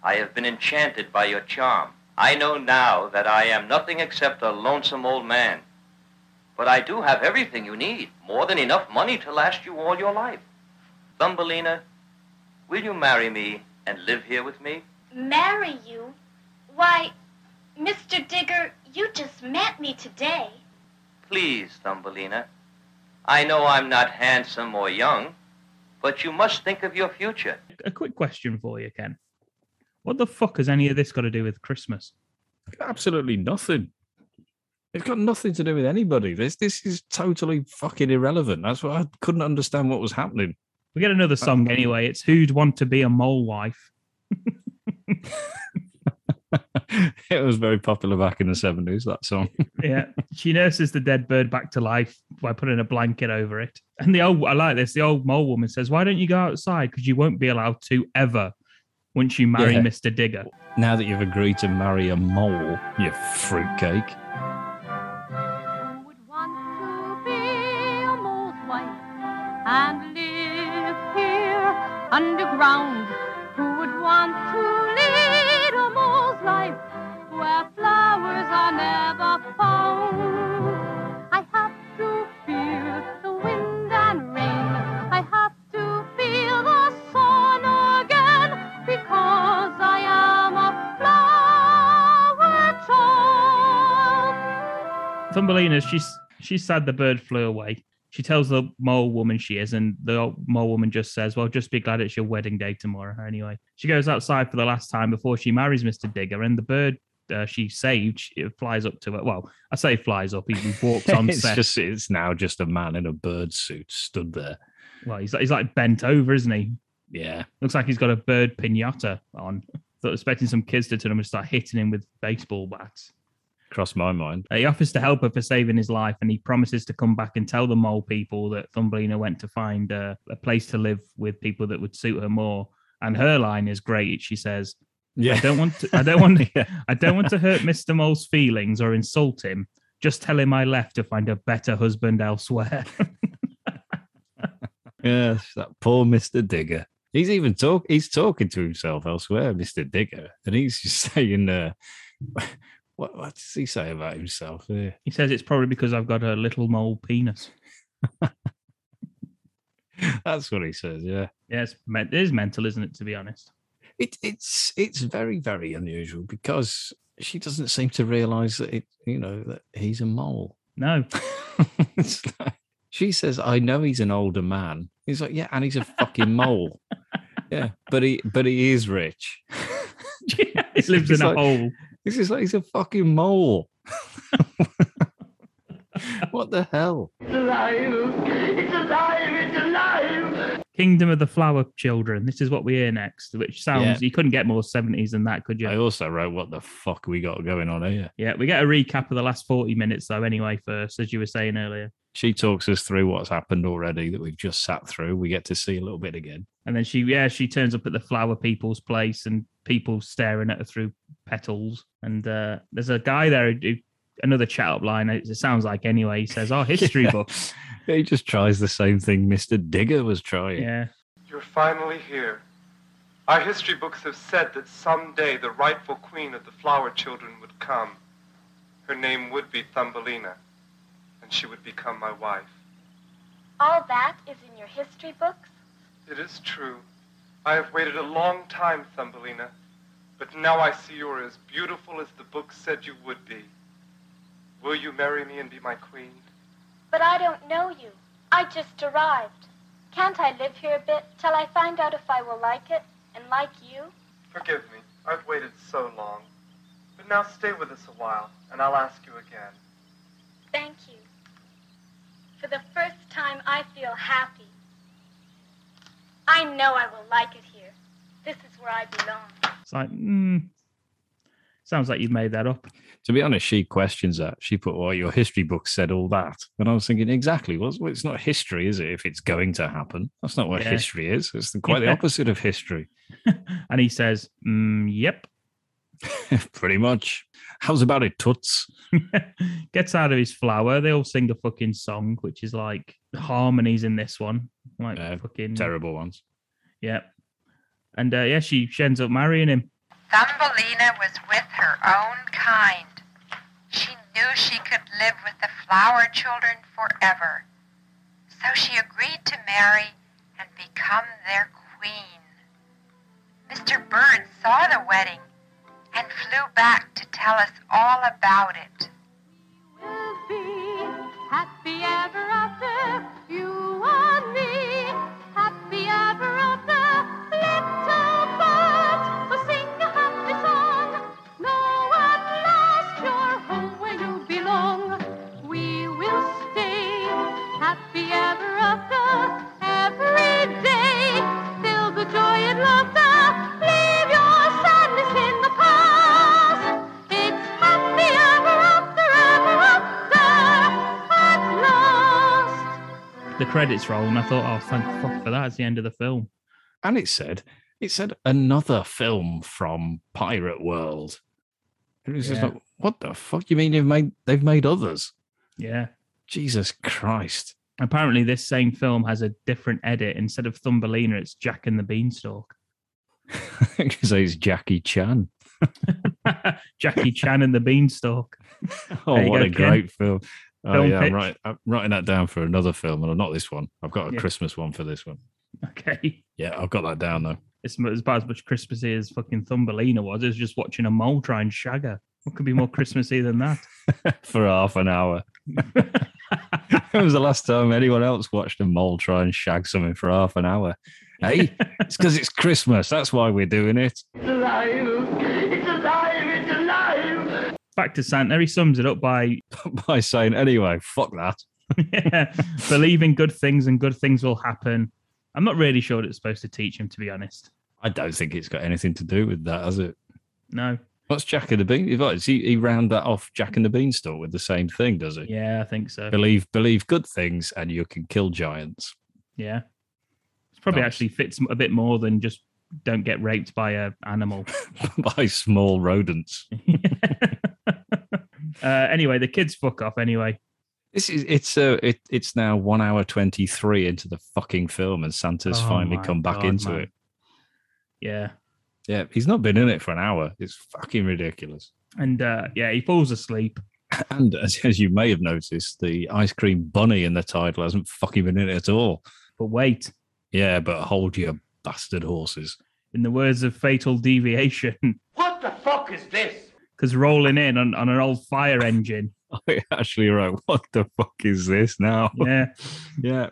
Speaker 1: I have been enchanted by your charm. I know now that I am nothing except a lonesome old man. But I do have everything you need, more than enough money to last you all your life. Thumbelina, will you marry me and live here with me?
Speaker 5: Marry you? Why, Mr. Digger, you just met me today.
Speaker 1: Please, Thumbelina. I know I'm not handsome or young, but you must think of your future.
Speaker 3: a quick question for you, Ken. What the fuck has any of this got to do with Christmas?
Speaker 4: Absolutely nothing. It's got nothing to do with anybody. This this is totally fucking irrelevant. That's why I couldn't understand what was happening.
Speaker 3: We get another song anyway. It's Who'd Want to Be a Mole Wife?
Speaker 4: it was very popular back in the seventies. That song.
Speaker 3: Yeah. she nurses the dead bird back to life by putting a blanket over it. And the old, I like this, the old mole woman says, Why don't you go outside? Because you won't be allowed to ever once you marry
Speaker 4: Yeah.
Speaker 3: Mr. Digger.
Speaker 4: Now that you've agreed to marry a mole, you fruitcake.
Speaker 7: Who would want to be a mole's wife and live here underground? Who would want to lead a mole's life where flowers are never found? I
Speaker 3: Thumbelina, she's she's sad the bird flew away. She tells the mole woman she is, and the old mole woman just says, "Well, just be glad it's your wedding day tomorrow." Anyway, she goes outside for the last time before she marries Mister Digger, and the bird uh, she saved she, it flies up to her. Well, I say flies up; he, he walks on
Speaker 4: it's
Speaker 3: set.
Speaker 4: just it's now just a man in a bird suit stood there.
Speaker 3: Well, he's he's like bent over, isn't he?
Speaker 4: Yeah,
Speaker 3: Looks like he's got a bird pinata on. Thought expecting some kids to turn him and start hitting him with baseball bats.
Speaker 4: crossed my mind.
Speaker 3: Uh, He offers to help her for saving his life, and he promises to come back and tell the mole people that Thumbelina went to find uh, a place to live with people that would suit her more. And her line is great. She says,
Speaker 4: Yeah,
Speaker 3: "I don't want to. I don't want. To,
Speaker 4: yeah.
Speaker 3: I don't want to hurt Mister Mole's feelings or insult him. Just tell him I left to find a better husband elsewhere."
Speaker 4: Yes, that poor Mr. Digger. He's even talk. He's talking to himself elsewhere, Mr. Digger, and he's just saying, uh, "What? What does he say about himself?" Yeah.
Speaker 3: he says, "It's probably because I've got a little mole penis."
Speaker 4: That's what he says. Yeah,
Speaker 3: Yes, men- it is mental, isn't it? To be honest.
Speaker 4: it, it's it's very very unusual because she doesn't seem to realise that it, you know, that he's a mole.
Speaker 3: No,
Speaker 4: It's like- she says, "I know he's an older man." He's like, "Yeah, and he's a fucking mole." yeah, but he but he is rich.
Speaker 3: it lives in
Speaker 4: It's
Speaker 3: a
Speaker 4: like-
Speaker 3: hole.
Speaker 4: This is like he's a fucking mole. what the hell?
Speaker 3: Kingdom of the Flower Children. This is what we hear next, which sounds
Speaker 4: Yeah.
Speaker 3: you couldn't get more 70s than that, could you?
Speaker 4: I also wrote, "What the fuck we got going on here?"
Speaker 3: Yeah, we get a recap of the last 40 minutes though, anyway, first, as you were saying earlier.
Speaker 4: She talks us through what's happened already that we've just sat through. We get to see a little bit again.
Speaker 3: And then she yeah, she turns up at the flower people's place and people staring at her through petals. And uh there's a guy there who another chat up line, it sounds like anyway, he says, Oh, history
Speaker 4: Yeah.
Speaker 3: book.
Speaker 4: He just tries the same thing Mister Digger was trying.
Speaker 3: Yeah.
Speaker 9: You're finally here. Our history books have said that someday the rightful queen of the flower children would come. Her name would be Thumbelina, and she would become my wife.
Speaker 5: All that is in your history books?
Speaker 9: It is true. I have waited a long time, Thumbelina, but now I see you are as beautiful as the book said you would be. Will you marry me and be my queen?
Speaker 5: But I don't know you. I just arrived. Can't I live here a bit till I find out if I will like it and like you?
Speaker 9: Forgive me. I've waited so long. But now stay with us a while, and I'll ask you again.
Speaker 5: Thank you. For the first time, I feel happy. I know I will like it here. This is where I belong.
Speaker 3: It's like, hmm. Sounds like you've made that up.
Speaker 4: To be honest, she questions that. She put, "Well, your history book said all that," and I was thinking, exactly. Well, it's- well, it's not history, is it? If it's going to happen, that's not what
Speaker 3: Yeah.
Speaker 4: history is. It's the- quite the
Speaker 3: Yeah.
Speaker 4: opposite of history.
Speaker 3: And he says, mm, yep.
Speaker 4: Pretty much. How's about it, Toots?
Speaker 3: gets out of his flower. They all sing a fucking song, which is like harmonies in this one, like
Speaker 4: Yeah,
Speaker 3: fucking
Speaker 4: Terrible ones.
Speaker 3: Yeah, and uh, yeah, she, she ends up marrying him.
Speaker 8: Thumbelina was with her own kind. She knew she could live with the flower children forever. So she agreed to marry and become their queen. Mr. Bird saw the wedding and flew back to tell us all about it.
Speaker 7: We'll be happy ever after, you and me. Happy ever after, little bird. Oh, sing a happy song. Know at last you're home where you belong. We will stay happy ever after, every day. Fill the joy and laughter. Leave your sadness in the past. It's happy ever after, ever after, at last.
Speaker 3: The credits roll, and I thought, oh, thank fuck for that. It's the end of the film.
Speaker 4: And it said, it said another film from Pirate World. And it was just
Speaker 3: Yeah.
Speaker 4: like, what the fuck? You mean they've made they've made others?
Speaker 3: Yeah.
Speaker 4: Jesus Christ.
Speaker 3: Apparently, this same film has a different edit. Instead of Thumbelina, it's Jack and the Beanstalk.
Speaker 4: Because it's Jackie Chan.
Speaker 3: Jackie Chan and the Beanstalk. There
Speaker 4: Oh,
Speaker 3: you
Speaker 4: what
Speaker 3: go,
Speaker 4: a
Speaker 3: Ken.
Speaker 4: great film. Oh,
Speaker 3: Film
Speaker 4: yeah, I'm,
Speaker 3: pitch.
Speaker 4: right, I'm writing that down for another film, and not this one. I've got a
Speaker 3: Yeah.
Speaker 4: Christmas one for this one.
Speaker 3: Okay.
Speaker 4: Yeah, I've got that down though.
Speaker 3: It's about as much Christmassy as fucking Thumbelina was. It was just watching a mole try and shag her. What could be more Christmassy than that?
Speaker 4: for half an hour. when was the last time anyone else watched a mole try and shag something for half an hour? Hey, it's because it's Christmas. That's why we're doing it.
Speaker 3: Back to Santa, he sums it up by
Speaker 4: By saying, anyway, fuck that.
Speaker 3: yeah, believe in good things and good things will happen. I'm not really sure what it's supposed to teach him, to be honest.
Speaker 4: I don't think it's got anything to do with that, has it?
Speaker 3: No.
Speaker 4: What's Jack and the Bean? Is he, he round that off Jack and the Beanstalk with the same thing, does he?
Speaker 3: Yeah, I think so.
Speaker 4: Believe believe good things and you can kill giants.
Speaker 3: Yeah. It's probably
Speaker 4: Nice.
Speaker 3: actually fits a bit more than just don't get raped by a animal.
Speaker 4: by small rodents.
Speaker 3: uh, anyway, the kids fuck off anyway.
Speaker 4: This is it's uh, it, it's now one hour twenty three into the fucking film, and Santa's
Speaker 3: Oh
Speaker 4: finally
Speaker 3: my
Speaker 4: come back
Speaker 3: God,
Speaker 4: into
Speaker 3: man.
Speaker 4: it.
Speaker 3: Yeah.
Speaker 4: Yeah, he's not been in it for an hour. It's fucking ridiculous.
Speaker 3: And uh, yeah, he falls asleep.
Speaker 4: And as, as you may have noticed, the ice cream bunny in the title hasn't fucking been in it at all.
Speaker 3: But wait,
Speaker 4: Yeah, but hold your bastard horses.
Speaker 3: in the words of Fatal Deviation. What the fuck is this? Because rolling in on, on an old fire engine
Speaker 4: I Oh, actually wrote, "What the fuck is this now?"
Speaker 3: yeah,
Speaker 4: yeah,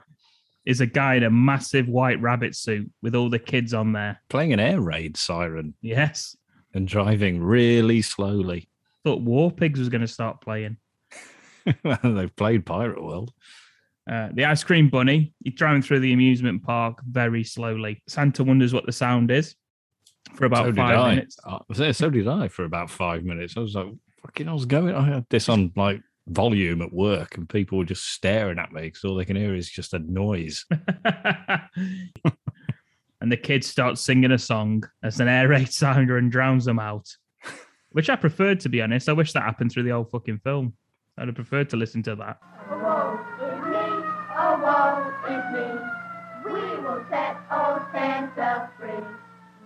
Speaker 3: is a guy in a massive white rabbit suit with all the kids on there.
Speaker 4: playing an air raid siren
Speaker 3: Yes.
Speaker 4: and driving really slowly.
Speaker 3: Thought War Pigs was going to start playing.
Speaker 4: They've played Pirate World.
Speaker 3: Uh, the ice cream bunny, he's driving through the amusement park very slowly. Santa wonders what the sound is for about
Speaker 4: so did
Speaker 3: five
Speaker 4: I.
Speaker 3: minutes.
Speaker 4: I was there, so did I for about five minutes. I was like, fucking, I was going. I had this on like volume at work, and people were just staring at me because all they can hear is just a noise.
Speaker 3: and the kids start singing a song as an air raid sounder and drowns them out, which I preferred, to be honest. I wish that happened through the whole fucking film. I'd have preferred to listen to that.
Speaker 5: Oh, woe is me, oh, woe is me. We will set old Santa free.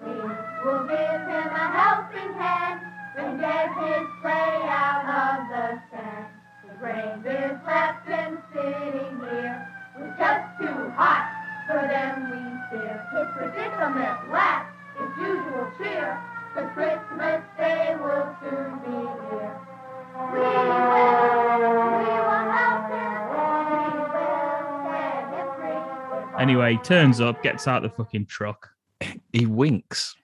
Speaker 5: We will give him a helping hand and get his sleigh out of the sand. The reindeer's left him sitting here. We're just too hot for them we fear. His predicament lacks its usual cheer. The Christmas day will soon be here. We will, we will help him. We will set him free.
Speaker 3: Anyway, he turns up, gets out the fucking truck.
Speaker 4: He winks.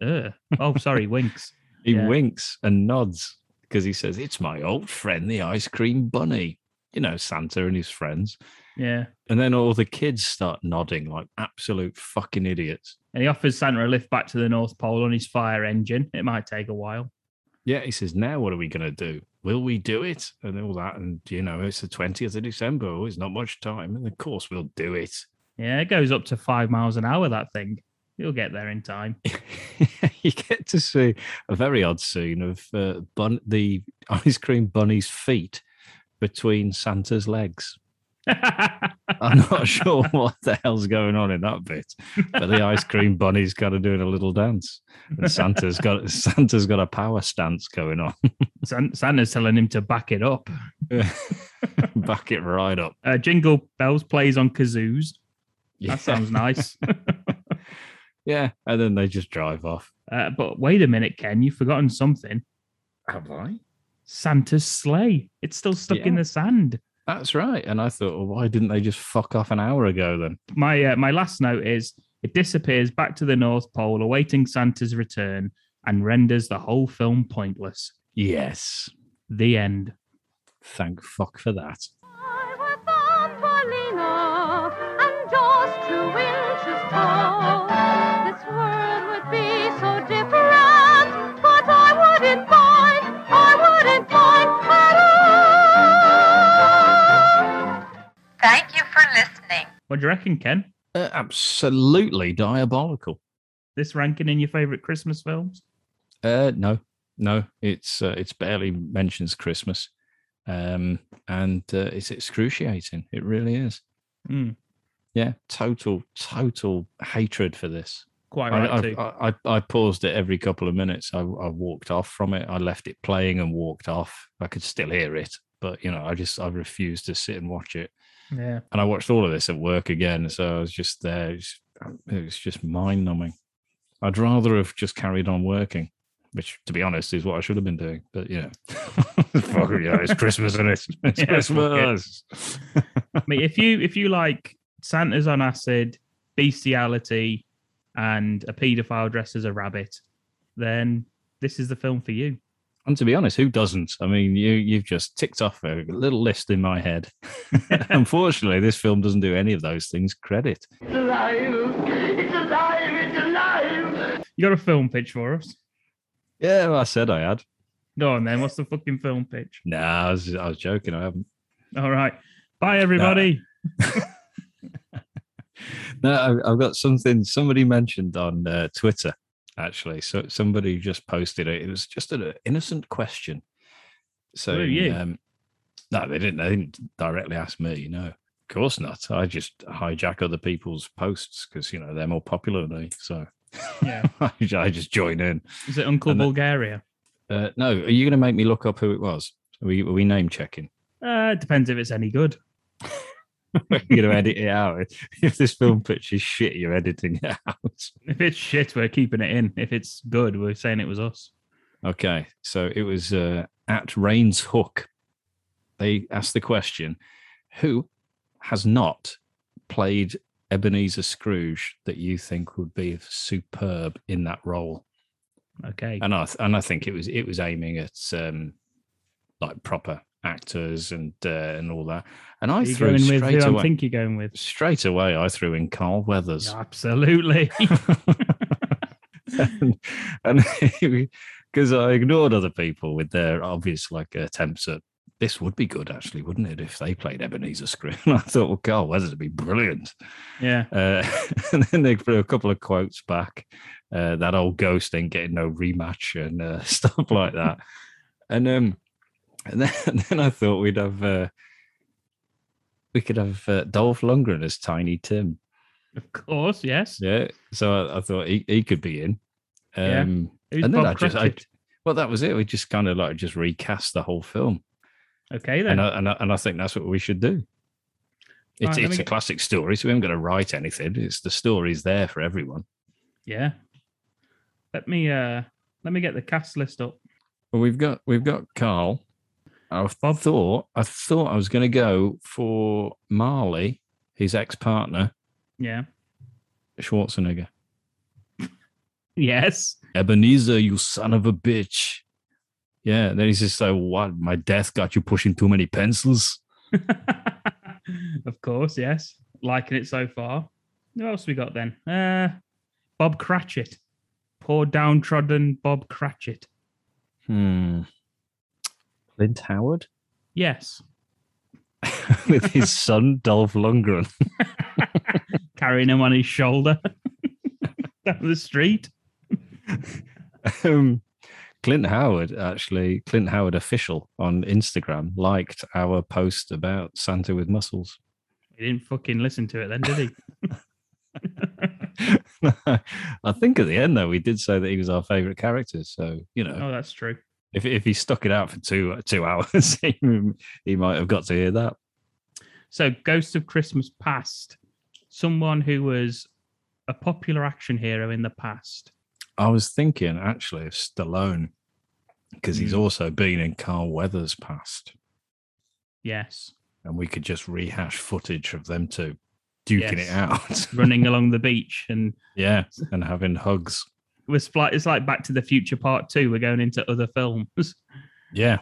Speaker 3: Ugh. Oh, sorry, Winks.
Speaker 4: He
Speaker 3: Yeah.
Speaker 4: winks and nods because he says, "It's my old friend, the ice cream bunny." You know, Santa and his friends.
Speaker 3: Yeah.
Speaker 4: And then all the kids start nodding like absolute fucking idiots.
Speaker 3: And he offers Santa a lift back to the North Pole on his fire engine. It might take a while.
Speaker 4: Yeah, he says, now what are we going to do? Will we do it? And all that. And, you know, it's the 20th of December. Oh, it's not much time. And of course, we'll do it.
Speaker 3: Yeah, it goes up to five miles an hour, that thing. You'll get there in time.
Speaker 4: you get to see a very odd scene of uh, bun- the ice cream bunny's feet between Santa's legs. I'm not sure what the hell's going on in that bit, but the ice cream bunny's kind of doing a little dance, and Santa's got Santa's got a power stance going on.
Speaker 3: San- Santa's telling him to back it up.
Speaker 4: Back it right up.
Speaker 3: Uh, Jingle Bells plays on kazoos.
Speaker 4: Yeah.
Speaker 3: That sounds nice.
Speaker 4: yeah, and then they just drive off.
Speaker 3: uh, but wait a minute, Ken, you've forgotten something.
Speaker 4: Have I?
Speaker 3: Santa's sleigh. It's still stuck in
Speaker 4: Yeah.
Speaker 3: the sand.
Speaker 4: That's right. And I thought, well, why didn't they just fuck off an hour ago then?
Speaker 3: my uh, my last note is it disappears back to the North Pole, awaiting Santa's return, and renders the whole film pointless.
Speaker 4: Yes.
Speaker 3: The end.
Speaker 4: Thank fuck for that.
Speaker 7: I were Thumbelina, and just two inches tall. This world would be so different, but I wouldn't mind, I wouldn't mind at all.
Speaker 8: Thank you for listening.
Speaker 3: What do you reckon, Ken?
Speaker 4: Uh, absolutely diabolical.
Speaker 3: This ranking in your favorite Christmas films?
Speaker 4: Uh, no, no, it's uh, it's barely mentions Christmas, um, and uh, it's excruciating. It really is.
Speaker 3: Hmm,
Speaker 4: Yeah, total, total hatred for this.
Speaker 3: quite
Speaker 4: I,
Speaker 3: right
Speaker 4: I,
Speaker 3: too.
Speaker 4: I, I, I paused it every couple of minutes. I, I walked off from it. I left it playing and walked off. I could still hear it, but you know, I just I refused to sit and watch it.
Speaker 3: yeah,
Speaker 4: And I watched all of this at work again, so I was just there. It was, it was just mind numbing. I'd rather have just carried on working. which, to be honest, is what I should have been doing. But you know, fuck, you know, it's Christmas and it's, it's
Speaker 3: Yeah,
Speaker 4: Christmas.
Speaker 3: I mean, if you if you like Santa's on acid, bestiality, and a paedophile dressed as a rabbit, then this is the film for you.
Speaker 4: and to be honest, who doesn't? I mean, you you've just ticked off a little list in my head. Unfortunately, this film doesn't do any of those things credit.
Speaker 3: You got a film pitch for us?
Speaker 4: Yeah, well, I said I had.
Speaker 3: Go on then. What's the fucking film pitch?
Speaker 4: No, I was, I was joking. I haven't.
Speaker 3: All right. Bye everybody.
Speaker 4: No, I, I've got something somebody mentioned on uh, Twitter, actually. So somebody just posted it. It was just an innocent question. So,
Speaker 3: Were you?
Speaker 4: Um, no, they didn't. They didn't directly ask me. No, of course not. I just hijack other people's posts because, you know, they're more popular than me. So
Speaker 3: Yeah.
Speaker 4: I just join in.
Speaker 3: Is it Uncle
Speaker 4: And the-
Speaker 3: Bulgaria?
Speaker 4: Uh, no, are you going to make me look up who it was? Are we, are we name checking?
Speaker 3: Uh, it depends if it's any good.
Speaker 4: You're going to edit it out. If this film pitch is shit, you're editing it out.
Speaker 3: If it's shit, we're keeping it in. If it's good, we're saying it was us.
Speaker 4: Okay, so it was uh, at Rain's Hook. They asked the question, "Who has not played Ebenezer Scrooge that you think would be superb in that role?"
Speaker 3: Okay.
Speaker 4: And I th- and I think it was it was aiming at um, like proper actors and uh, and all that. And I
Speaker 3: Are you
Speaker 4: threw
Speaker 3: going with
Speaker 4: straight
Speaker 3: who I
Speaker 4: away.
Speaker 3: think you're going with?
Speaker 4: straight away, I threw in Carl Weathers.
Speaker 3: Absolutely.
Speaker 4: and because I ignored other people with their obvious like attempts at this would be good actually, wouldn't it, if they played Ebenezer Scrooge? And I thought, well, Carl Weathers would be brilliant.
Speaker 3: yeah.
Speaker 4: Uh, and then they threw a couple of quotes back, uh, that old ghost ain't getting no rematch and uh, stuff like that. and um, and then, and then I thought we'd have uh, we could have uh, Dolph Lundgren as Tiny Tim.
Speaker 3: Of course. Yes.
Speaker 4: Yeah. So I, I thought he, he could be in.
Speaker 3: Yeah.
Speaker 4: Um,
Speaker 3: Who's
Speaker 4: And then I
Speaker 3: Bob
Speaker 4: just, I,
Speaker 3: Cratchit?
Speaker 4: well, that was it. We just kind of like just recast the whole film.
Speaker 3: okay then.
Speaker 4: And I, and, I, and I think that's what we should do. It's,
Speaker 3: Right, let
Speaker 4: it's
Speaker 3: me-
Speaker 4: a classic story, so we haven't got to write anything. It's the story's there for everyone.
Speaker 3: yeah. Let me uh let me get the cast list up.
Speaker 4: Well, we've got we've got Carl. I thought I thought I was going to go for Marley, his ex partner
Speaker 3: Yeah.
Speaker 4: Schwarzenegger.
Speaker 3: Yes.
Speaker 4: Ebenezer, you son of a bitch. Yeah, then he's just like, what? My death got you pushing too many pencils?
Speaker 3: of course. Yes. Liking it so far. Who else we got then? Uh, Bob Cratchit. Poor downtrodden Bob Cratchit.
Speaker 4: Hmm. Clint Howard?
Speaker 3: Yes.
Speaker 4: With his son, Dolph Lundgren.
Speaker 3: Carrying him on his shoulder down the street.
Speaker 4: Um, Clint Howard, actually, Clint Howard official on Instagram liked our post about Santa with muscles.
Speaker 3: He didn't fucking listen to it then, did he?
Speaker 4: I think at the end, though, we did say that he was our favorite character. So, you know,
Speaker 3: oh, that's true.
Speaker 4: if, if he stuck it out for two two hours, he, he might have got to hear that.
Speaker 3: So, Ghost of Christmas Past, someone who was a popular action hero in the past.
Speaker 4: I was thinking actually of Stallone because he's
Speaker 3: Mm.
Speaker 4: also been in Carl Weathers' past,
Speaker 3: Yes.
Speaker 4: and we could just rehash footage of them two duking
Speaker 3: Yes.
Speaker 4: it out.
Speaker 3: Running along the beach and
Speaker 4: yeah, and having hugs.
Speaker 3: we're spli- it's like Back to the Future Part 2. We're going into other films.
Speaker 4: Yeah,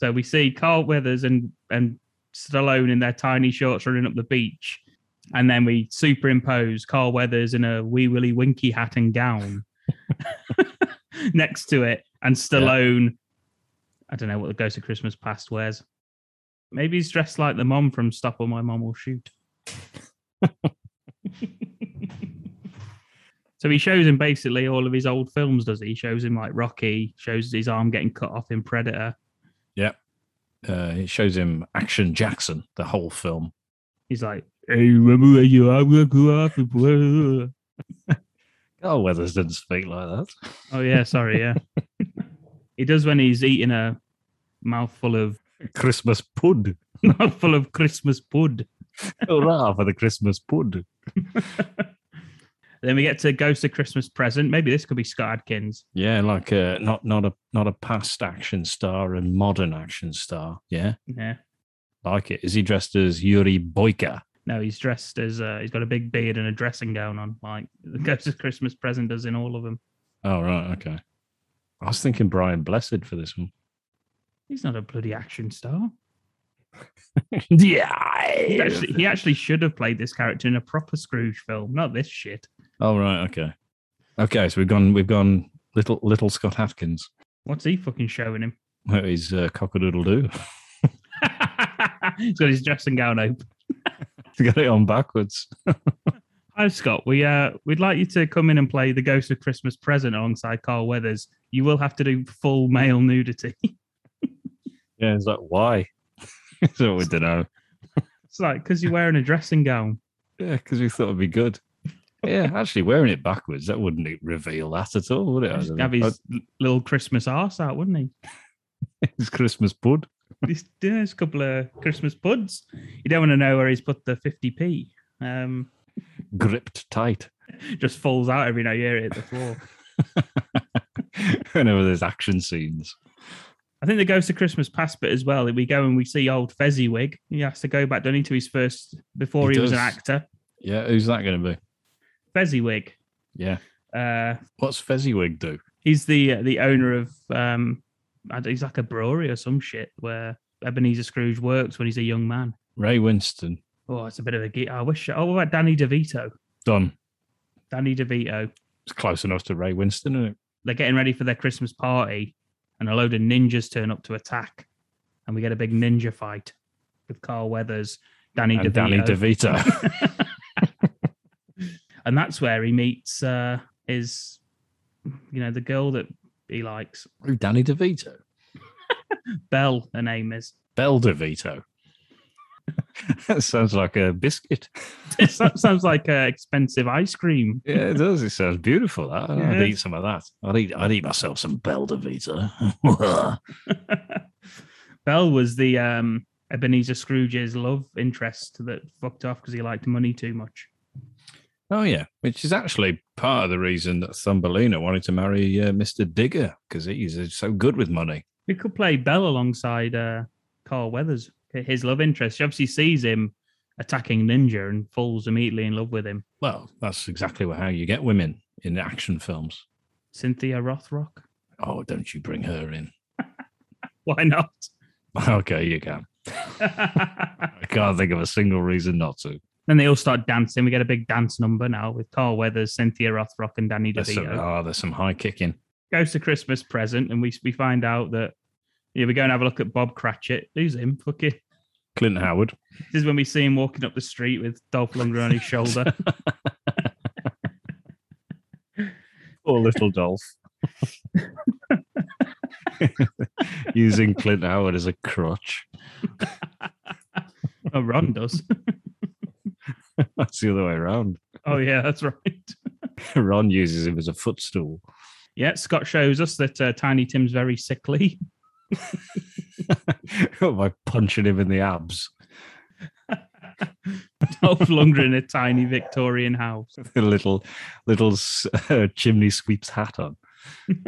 Speaker 3: So, we see Carl Weathers and, and Stallone in their tiny shorts running up the beach. And then we superimpose Carl Weathers in a wee willy winky hat and gown next to it. And Stallone, I don't know what the Ghost of Christmas Past wears. Maybe he's dressed like the mom from Stop or My Mom Will Shoot. so he shows him basically all of his old films, does he? He shows him like Rocky, shows his arm getting cut off in Predator.
Speaker 4: uh, it shows him Action Jackson the whole film.
Speaker 3: He's like, hey, remember when your arm got cut off in Predator?
Speaker 4: Carl Weathers didn't speak like that.
Speaker 3: Oh yeah, sorry, yeah. he does when he's eating a mouthful of
Speaker 4: Christmas pud.
Speaker 3: mouthful of Christmas pud.
Speaker 4: Hurrah for the Christmas pud.
Speaker 3: Then we get to Ghost of Christmas Present. Maybe this could be Scott Adkins.
Speaker 4: Yeah, like a not not a not a past action star and modern action star. Yeah,
Speaker 3: Yeah.
Speaker 4: like it. Is he dressed as Yuri Boyka?
Speaker 3: No, he's dressed as uh, he's got a big beard and a dressing gown on, like the Ghost of Christmas Present does in all of them.
Speaker 4: Oh right, okay. I was thinking Brian Blessed for this one.
Speaker 3: He's not a bloody action star. He
Speaker 4: yeah.
Speaker 3: actually, he actually should have played this character in a proper Scrooge film, not this shit.
Speaker 4: Oh right, okay. Okay, so we've gone we've gone little little Scott Atkins.
Speaker 3: What's he fucking showing him?
Speaker 4: That is uh, cockadoodle doo.
Speaker 3: he's got his dressing gown open.
Speaker 4: He got it on backwards.
Speaker 3: Hi Scott, we uh we'd like you to come in and play the Ghost of Christmas Present alongside Carl Weathers. You will have to do full male nudity.
Speaker 4: Yeah, it's like why? so we don't know.
Speaker 3: it's like because you're wearing a dressing gown.
Speaker 4: Yeah, because we thought it'd be good. Yeah, actually wearing it backwards that wouldn't reveal that at all, would it? I
Speaker 3: Just
Speaker 4: don't
Speaker 3: have
Speaker 4: know.
Speaker 3: his little Christmas arse out, wouldn't he?
Speaker 4: Oh, his Christmas bud.
Speaker 3: He's, yeah, there's a couple of Christmas puds. You don't want to know where he's put the 50p. Um,
Speaker 4: gripped tight.
Speaker 3: just falls out every now year at the floor.
Speaker 4: Whenever there's action scenes.
Speaker 3: I think the Ghost of Christmas Past bit as well. We go and we see old Fezziwig. He has to go back, do to his first before
Speaker 4: He
Speaker 3: he, was an
Speaker 4: does.
Speaker 3: actor?
Speaker 4: Yeah, who's that going to be?
Speaker 3: Fezziwig.
Speaker 4: Yeah.
Speaker 3: Uh,
Speaker 4: What's Fezziwig do?
Speaker 3: he's the uh, the owner of um, I don't- he's like a brewery or some shit where Ebenezer Scrooge works when he's a young man.
Speaker 4: Ray Winston.
Speaker 3: Oh, it's a bit of a geek. I wish. Oh, what about Danny DeVito?
Speaker 4: Done.
Speaker 3: Danny DeVito.
Speaker 4: It's close enough to Ray Winston, isn't it?
Speaker 3: They're getting ready for their Christmas party, and a load of ninjas turn up to attack, and we get a big ninja fight with Carl Weathers, Danny
Speaker 4: And
Speaker 3: DeVito,
Speaker 4: Danny DeVito.
Speaker 3: and that's where he meets uh, his, you know, the girl that he likes.
Speaker 4: Who, Danny DeVito?
Speaker 3: Belle, her name is.
Speaker 4: Bell DeVito. that sounds like a biscuit.
Speaker 3: It sounds like uh, expensive ice cream.
Speaker 4: Yeah, it does. It sounds beautiful. That. I'd
Speaker 3: Yeah.
Speaker 4: eat some of that. I'd eat, I'd eat myself some Bell DeVito.
Speaker 3: Bell was the um, Ebenezer Scrooge's love interest that fucked off because he liked money too much.
Speaker 4: oh, yeah. Which is actually part of the reason that Thumbelina wanted to marry uh, Mr. Digger because he's uh, so good with money.
Speaker 3: We could play Bell alongside uh, Carl Weathers, his love interest. She obviously sees him attacking Ninja and falls immediately in love with him.
Speaker 4: Well, that's exactly how you get women in action films.
Speaker 3: Cynthia Rothrock?
Speaker 4: Oh, don't you bring her in.
Speaker 3: Why not?
Speaker 4: Okay, you can. I can't think of a single reason not to.
Speaker 3: then they all start dancing. We get a big dance number now with Carl Weathers, Cynthia Rothrock, and Danny
Speaker 4: There's some,
Speaker 3: DeVito.
Speaker 4: oh, there's some high kicking.
Speaker 3: goes to Christmas present, and we we find out that yeah, we go and have a look at Bob Cratchit. Who's him? Fuck it.
Speaker 4: Clint Howard.
Speaker 3: This is when we see him walking up the street with Dolph Lundgren on his shoulder.
Speaker 4: Or Little Dolph. Using Clint Howard as a crutch.
Speaker 3: oh, Ron does.
Speaker 4: That's the other way around.
Speaker 3: Oh yeah, that's right.
Speaker 4: Ron uses him as a footstool.
Speaker 3: Yeah, Scott shows us that uh, Tiny Tim's very sickly.
Speaker 4: By punching him in the abs.
Speaker 3: Dolph Lundgren in a tiny Victorian house.
Speaker 4: The little little uh, chimney sweeps hat on.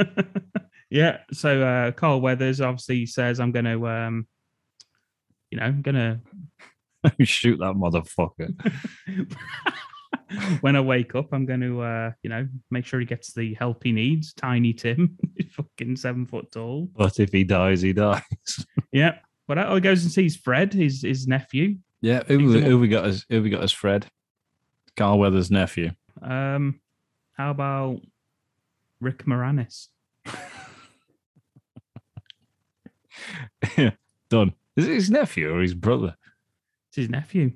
Speaker 3: yeah. So uh, Carl Weathers obviously says, "I'm going to, um, you know, I'm going to
Speaker 4: Shoot that motherfucker.
Speaker 3: when I wake up, I'm going to, uh, you know, make sure he gets the help he needs. Tiny Tim, he's fucking seven foot tall.
Speaker 4: But if he dies, he dies.
Speaker 3: Yeah. But oh, he goes and sees Fred, his his nephew.
Speaker 4: Yeah, who,
Speaker 3: He's a-
Speaker 4: who we got as who we got as Fred? Carl Weathers' nephew.
Speaker 3: Um, how about Rick Moranis?
Speaker 4: Done. Is it his nephew or his brother?
Speaker 3: It's his nephew.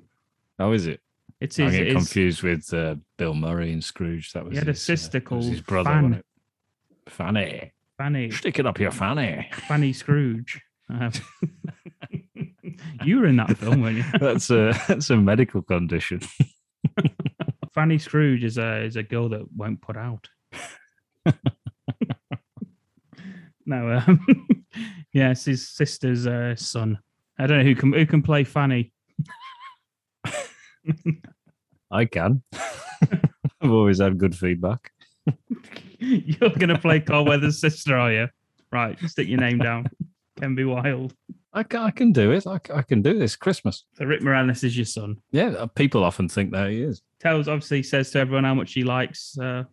Speaker 4: How is it?
Speaker 3: It's
Speaker 4: I
Speaker 3: his.
Speaker 4: get
Speaker 3: his-
Speaker 4: confused with uh, Bill Murray and Scrooge. That was
Speaker 3: had a
Speaker 4: his, uh,
Speaker 3: sister
Speaker 4: that was his
Speaker 3: called
Speaker 4: brother.
Speaker 3: Fan.
Speaker 4: wasn't it? Fanny,
Speaker 3: Fanny
Speaker 4: stick it up your fanny.
Speaker 3: Fanny Scrooge. Um, you were in that film, weren't you?
Speaker 4: That's a that's a medical condition.
Speaker 3: Fanny Scrooge is a is a girl that won't put out. no, um, yeah, it's his sister's uh, son. I don't know who can who can play Fanny.
Speaker 4: I can. I've always had good feedback.
Speaker 3: You're going to play Carweather's sister, are you? Right, stick your name down. Can be wild.
Speaker 4: I can, I can do it. I, c- I can do this Christmas.
Speaker 3: So Rick Moranis is your son.
Speaker 4: Yeah, uh, people often think that he is.
Speaker 3: Tells obviously says to everyone how much he likes uh,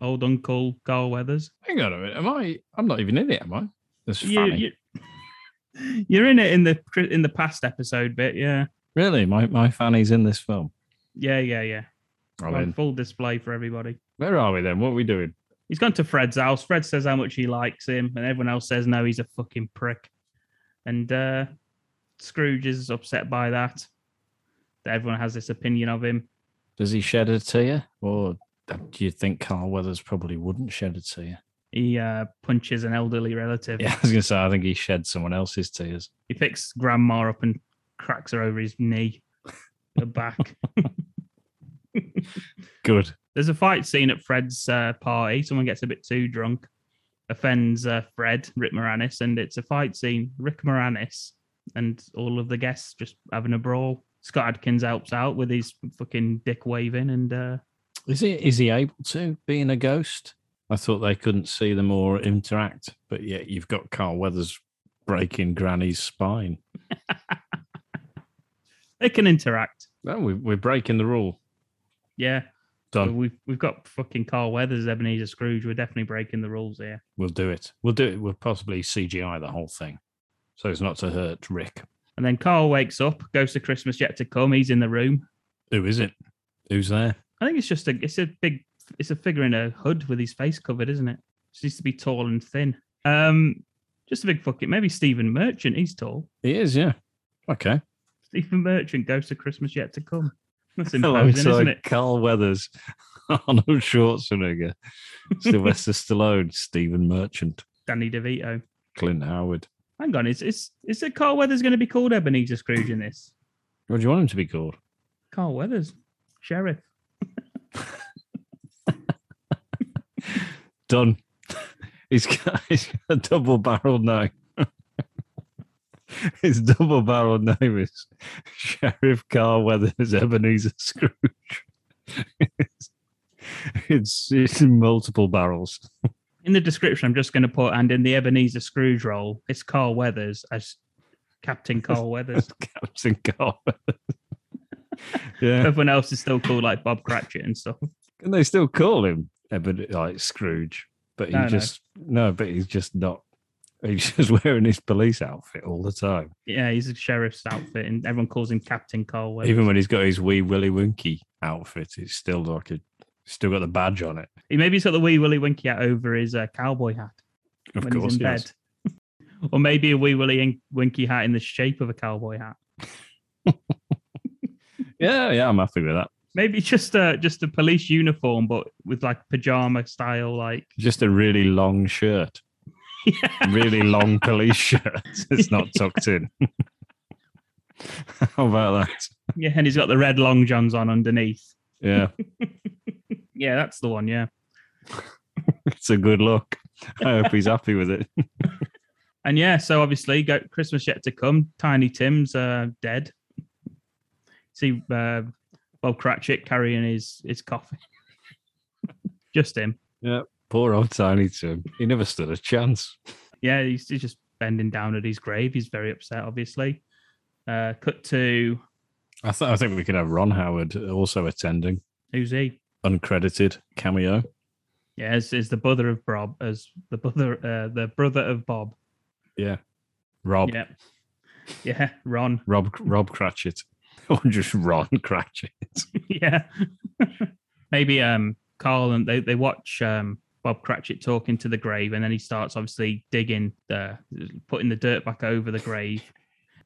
Speaker 3: old Uncle Carl Weathers.
Speaker 4: Hang on a minute. Am I? I'm not even in it, am I? That's
Speaker 3: You,
Speaker 4: funny.
Speaker 3: you, you're in it in the cri- in the past episode bit, yeah,
Speaker 4: Really, my my fanny's in this film.
Speaker 3: yeah, yeah, yeah.
Speaker 4: I
Speaker 3: On
Speaker 4: mean,
Speaker 3: full display for everybody.
Speaker 4: where are we then? What are we doing?
Speaker 3: He's gone to Fred's house. Fred says how much he likes him, and everyone else says no, he's a fucking prick. And uh, Scrooge is upset by that. That everyone has this opinion of him.
Speaker 4: Does he shed a tear, or uh, do you think Carl Weathers probably wouldn't shed a tear?
Speaker 3: He uh, punches an elderly relative.
Speaker 4: Yeah, I was gonna say I think he shed someone else's tears.
Speaker 3: He picks Grandma up and cracks her over his knee, her back.
Speaker 4: Good.
Speaker 3: There's a fight scene at Fred's uh, party. Someone gets a bit too drunk, offends uh, Fred, Rick Moranis, and it's a fight scene. Rick Moranis and all of the guests just having a brawl. Scott Adkins helps out with his fucking dick waving, and uh,
Speaker 4: Is he is he able to being a ghost? I thought they couldn't see them or interact, but yet you've got Carl Weathers breaking Granny's spine.
Speaker 3: they can interact.
Speaker 4: Well, we, we're breaking the rule.
Speaker 3: Yeah,
Speaker 4: Done.
Speaker 3: we've we've got fucking Carl Weathers, Ebenezer Scrooge. We're definitely breaking the rules here.
Speaker 4: We'll do it. We'll do it. We'll possibly CGI the whole thing, so as not to hurt Rick.
Speaker 3: And then Carl wakes up, goes to Christmas yet to come. He's in the room.
Speaker 4: Who is it? Who's there?
Speaker 3: I think it's just a it's a big it's a figure in a hood with his face covered, isn't it? She used to be tall and thin. Um, just a big fucking maybe Stephen Merchant. He's tall.
Speaker 4: He is, yeah. Okay.
Speaker 3: Stephen Merchant goes to Christmas yet to come. That's
Speaker 4: Oh,
Speaker 3: imposing, isn't it?
Speaker 4: Carl Weathers, Arnold Schwarzenegger, Sylvester Stallone, Stephen Merchant,
Speaker 3: Danny DeVito.
Speaker 4: Clint Howard.
Speaker 3: Hang on, is is is it Carl Weathers going to be called Ebenezer Scrooge in this?
Speaker 4: What do you want him to be called?
Speaker 3: Carl Weathers, sheriff.
Speaker 4: Done. He's got, he's got a double barreled name. His double barreled name is Sheriff Carl Weathers Ebenezer Scrooge. it's, it's, it's in multiple barrels.
Speaker 3: In the description, I'm just going to put and in the Ebenezer Scrooge role, it's Carl Weathers as Captain Carl Weathers.
Speaker 4: Captain Carl Weathers. yeah.
Speaker 3: Everyone else is still called like Bob Cratchit and stuff.
Speaker 4: Can they still call him Eben like Scrooge? But he
Speaker 3: No, no.
Speaker 4: just no. but he's just not. He's just wearing his police outfit all the time,
Speaker 3: Yeah, he's a sheriff's outfit, and everyone calls him Captain Carl Weathers.
Speaker 4: even when he's got his wee Willy Winky outfit. It's still like a, still got the badge on it.
Speaker 3: he maybe he's got the wee willy winky hat over his uh, cowboy hat
Speaker 4: Of
Speaker 3: when
Speaker 4: course,
Speaker 3: he's in
Speaker 4: yes.
Speaker 3: bed, or maybe a wee willy in- winky hat in the shape of a cowboy hat.
Speaker 4: yeah, yeah. I'm happy with that.
Speaker 3: Maybe it's just a just a police uniform, but with like pajama style, like
Speaker 4: Just a really long shirt,
Speaker 3: yeah,
Speaker 4: really long police shirt. It's not tucked in. How about that?
Speaker 3: yeah, and he's got the red long johns on underneath.
Speaker 4: Yeah,
Speaker 3: Yeah, that's the one. Yeah,
Speaker 4: it's a good look. I hope he's happy with it.
Speaker 3: and yeah, so obviously, go, Christmas yet to come. Tiny Tim's uh, dead. See uh, Bob Cratchit carrying his his coffin. just him.
Speaker 4: Poor old Tiny Tim. He never stood a chance.
Speaker 3: yeah, he's, he's just bending down at his grave. He's very upset, obviously. Uh, cut to
Speaker 4: I, th- I think we could have Ron Howard also attending,
Speaker 3: who's he?
Speaker 4: uncredited cameo.
Speaker 3: Yeah, is, is the brother of Bob as the brother uh, the brother of Bob.
Speaker 4: Yeah, Rob,
Speaker 3: Yeah, yeah, Ron.
Speaker 4: Rob, Rob Cratchit, or just Ron Cratchit.
Speaker 3: yeah, maybe um Carl and they they watch um Bob Cratchit talking to the grave, and then he starts obviously digging the putting the dirt back over the grave.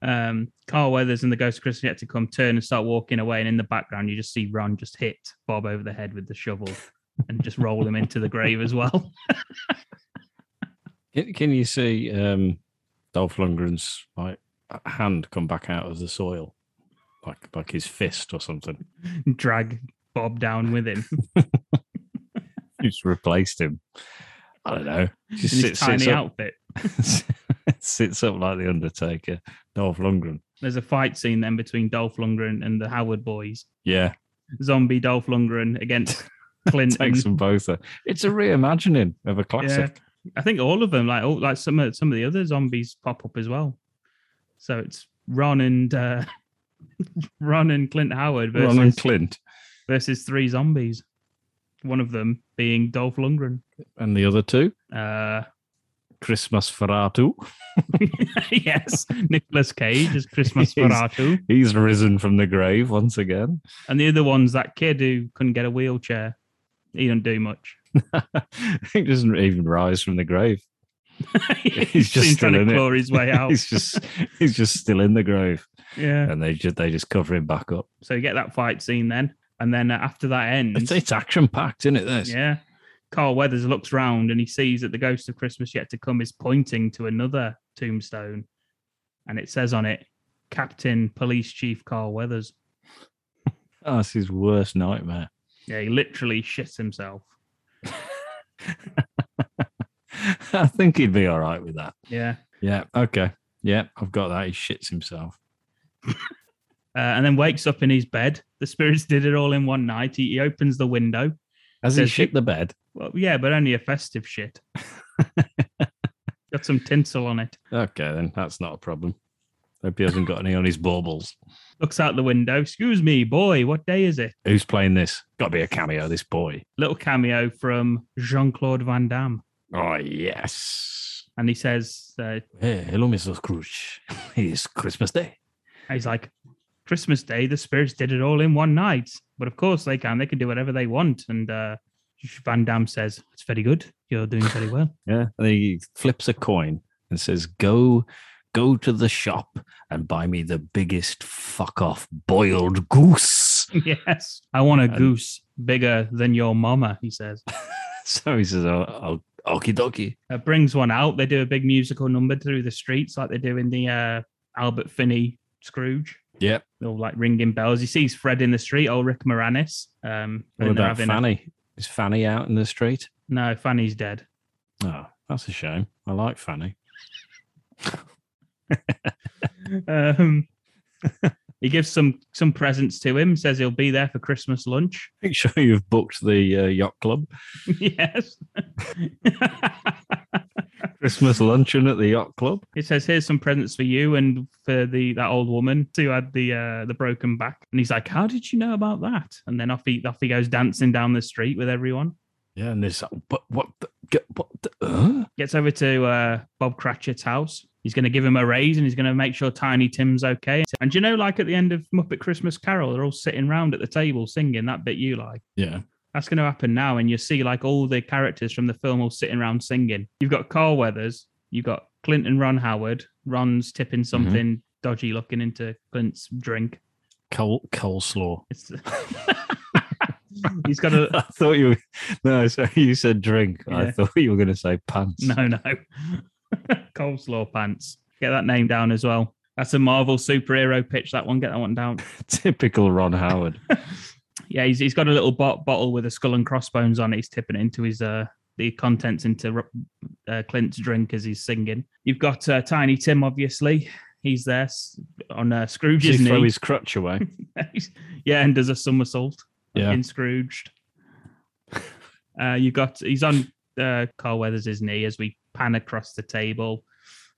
Speaker 3: Um, Carl Weathers and the Ghost of Christmas Yet to Come turn and start walking away, and in the background you just see Ron just hit Bob over the head with the shovel and just roll him into the grave as well.
Speaker 4: Can, can you see um, Dolph Lundgren's like hand come back out of the soil, like like his fist or something?
Speaker 3: Drag Bob down with him.
Speaker 4: Just replaced him. I don't know.
Speaker 3: in
Speaker 4: Just
Speaker 3: his
Speaker 4: sits,
Speaker 3: tiny
Speaker 4: sits up,
Speaker 3: outfit.
Speaker 4: sits up like the Undertaker. Dolph Lundgren.
Speaker 3: There's a fight scene then between Dolph Lundgren and the Howard boys.
Speaker 4: Yeah,
Speaker 3: Zombie Dolph Lundgren against Clinton.
Speaker 4: Takes them both. There. It's a reimagining of a classic.
Speaker 3: I think all of them, like all, like some of some of the other zombies pop up as well. So it's Ron and uh, Ron and Clint Howard versus
Speaker 4: Ron and Clint,
Speaker 3: versus three zombies. One of them being Dolph Lundgren.
Speaker 4: and the other two,
Speaker 3: Uh,
Speaker 4: Christmas Ferratu.
Speaker 3: yes, Nicolas Cage is Christmas
Speaker 4: He's-
Speaker 3: Ferratu,
Speaker 4: He's risen from the grave once again.
Speaker 3: and the other one's that kid who couldn't get a wheelchair. He don't do much.
Speaker 4: he doesn't even rise from the grave.
Speaker 3: he's
Speaker 4: just
Speaker 3: just trying
Speaker 4: still in
Speaker 3: to
Speaker 4: it.
Speaker 3: claw his way out.
Speaker 4: he's just he's just still in the grave,
Speaker 3: yeah.
Speaker 4: and they just they just cover him back up.
Speaker 3: So you get that fight scene then, and then uh, after that ends,
Speaker 4: It's, it's action packed, isn't it? This
Speaker 3: yeah, Carl Weathers looks round and he sees that the ghost of Christmas yet to come is pointing to another tombstone, and it says on it, "Captain Police Chief Carl Weathers."
Speaker 4: oh, it's his worst nightmare.
Speaker 3: Yeah, he literally shits himself.
Speaker 4: I think he'd be all right with that.
Speaker 3: Yeah,
Speaker 4: Yeah. Okay. Yeah, I've got that. He shits himself.
Speaker 3: uh, and then wakes up in his bed. The spirits did it all in one night. He, he opens the window.
Speaker 4: Has he
Speaker 3: Does he-
Speaker 4: shit the bed?
Speaker 3: Well, yeah, but only a festive shit. Got some tinsel on it.
Speaker 4: Okay, then that's not a problem. Hope he hasn't got any on his baubles.
Speaker 3: Looks out the window. Excuse me, boy. What day is it?
Speaker 4: Who's playing this? Got to be a cameo. This boy.
Speaker 3: little cameo from Jean Claude Van Damme.
Speaker 4: Oh yes.
Speaker 3: And he says, uh,
Speaker 4: Hey, hello, Mr. Scrooge. It's Christmas Day.
Speaker 3: he's like, Christmas Day, the spirits did it all in one night. But of course they can. They can do whatever they want. And uh, Van Damme says, it's very good. You're doing very well.
Speaker 4: Yeah. And he flips a coin and says, Go, go to the shop and buy me the biggest fuck off boiled goose.
Speaker 3: yes. I want a
Speaker 4: And-
Speaker 3: goose bigger than your mama, he says.
Speaker 4: so he says, Oh, oh okie dokie.
Speaker 3: Uh, brings one out. They do a big musical number through the streets like they do in the uh, Albert Finney Scrooge.
Speaker 4: Yep.
Speaker 3: All like ringing bells. He sees Fred in the street, old Rick Moranis. Um,
Speaker 4: What
Speaker 3: and they're
Speaker 4: about
Speaker 3: having a-
Speaker 4: Fanny? Is Fanny out in the street?
Speaker 3: no, Fanny's dead.
Speaker 4: Oh, that's a shame. I like Fanny.
Speaker 3: Um, he gives some some presents to him. Says he'll be there for Christmas lunch.
Speaker 4: Make sure you've booked the uh, yacht club.
Speaker 3: yes.
Speaker 4: Christmas luncheon at the yacht club.
Speaker 3: He says, "Here's some presents for you and for the that old woman who had the uh, the broken back." And he's like, "How did you know about that?" And then off he off he goes dancing down the street with everyone.
Speaker 4: Yeah. And there's, but what, the, get- what, the, uh?
Speaker 3: Gets over to uh, Bob Cratchit's house. He's going to give him a raise and he's going to make sure Tiny Tim's okay. And do you know, like at the end of Muppet Christmas Carol, they're all sitting round at the table singing that bit you like.
Speaker 4: Yeah.
Speaker 3: That's going to happen now, and you see like all the characters from the film all sitting around singing. You've got Carl Weathers, you've got Clint and Ron Howard. Ron's tipping something dodgy looking into Clint's drink.
Speaker 4: Cole, coleslaw.
Speaker 3: It's he's got a
Speaker 4: I thought you. No, so you said drink. I
Speaker 3: Yeah.
Speaker 4: thought you were going to say pants.
Speaker 3: no no coleslaw pants. Get that name down as well. That's a Marvel superhero pitch. That one, get that one down.
Speaker 4: Typical Ron Howard.
Speaker 3: Yeah, he's, he's got a little bot- bottle with a skull and crossbones on it. He's tipping it into his uh the contents into Ro- uh, Clint's drink as he's singing. You've got uh, Tiny Tim, obviously. He's there s- on uh,
Speaker 4: Does
Speaker 3: Scrooge's
Speaker 4: he throw
Speaker 3: knee.
Speaker 4: his crutch away?
Speaker 3: yeah, and does a somersault
Speaker 4: Yeah.
Speaker 3: in Scrooged. Uh, you got he's on uh, Carl Weathers' knee as we pan across the table.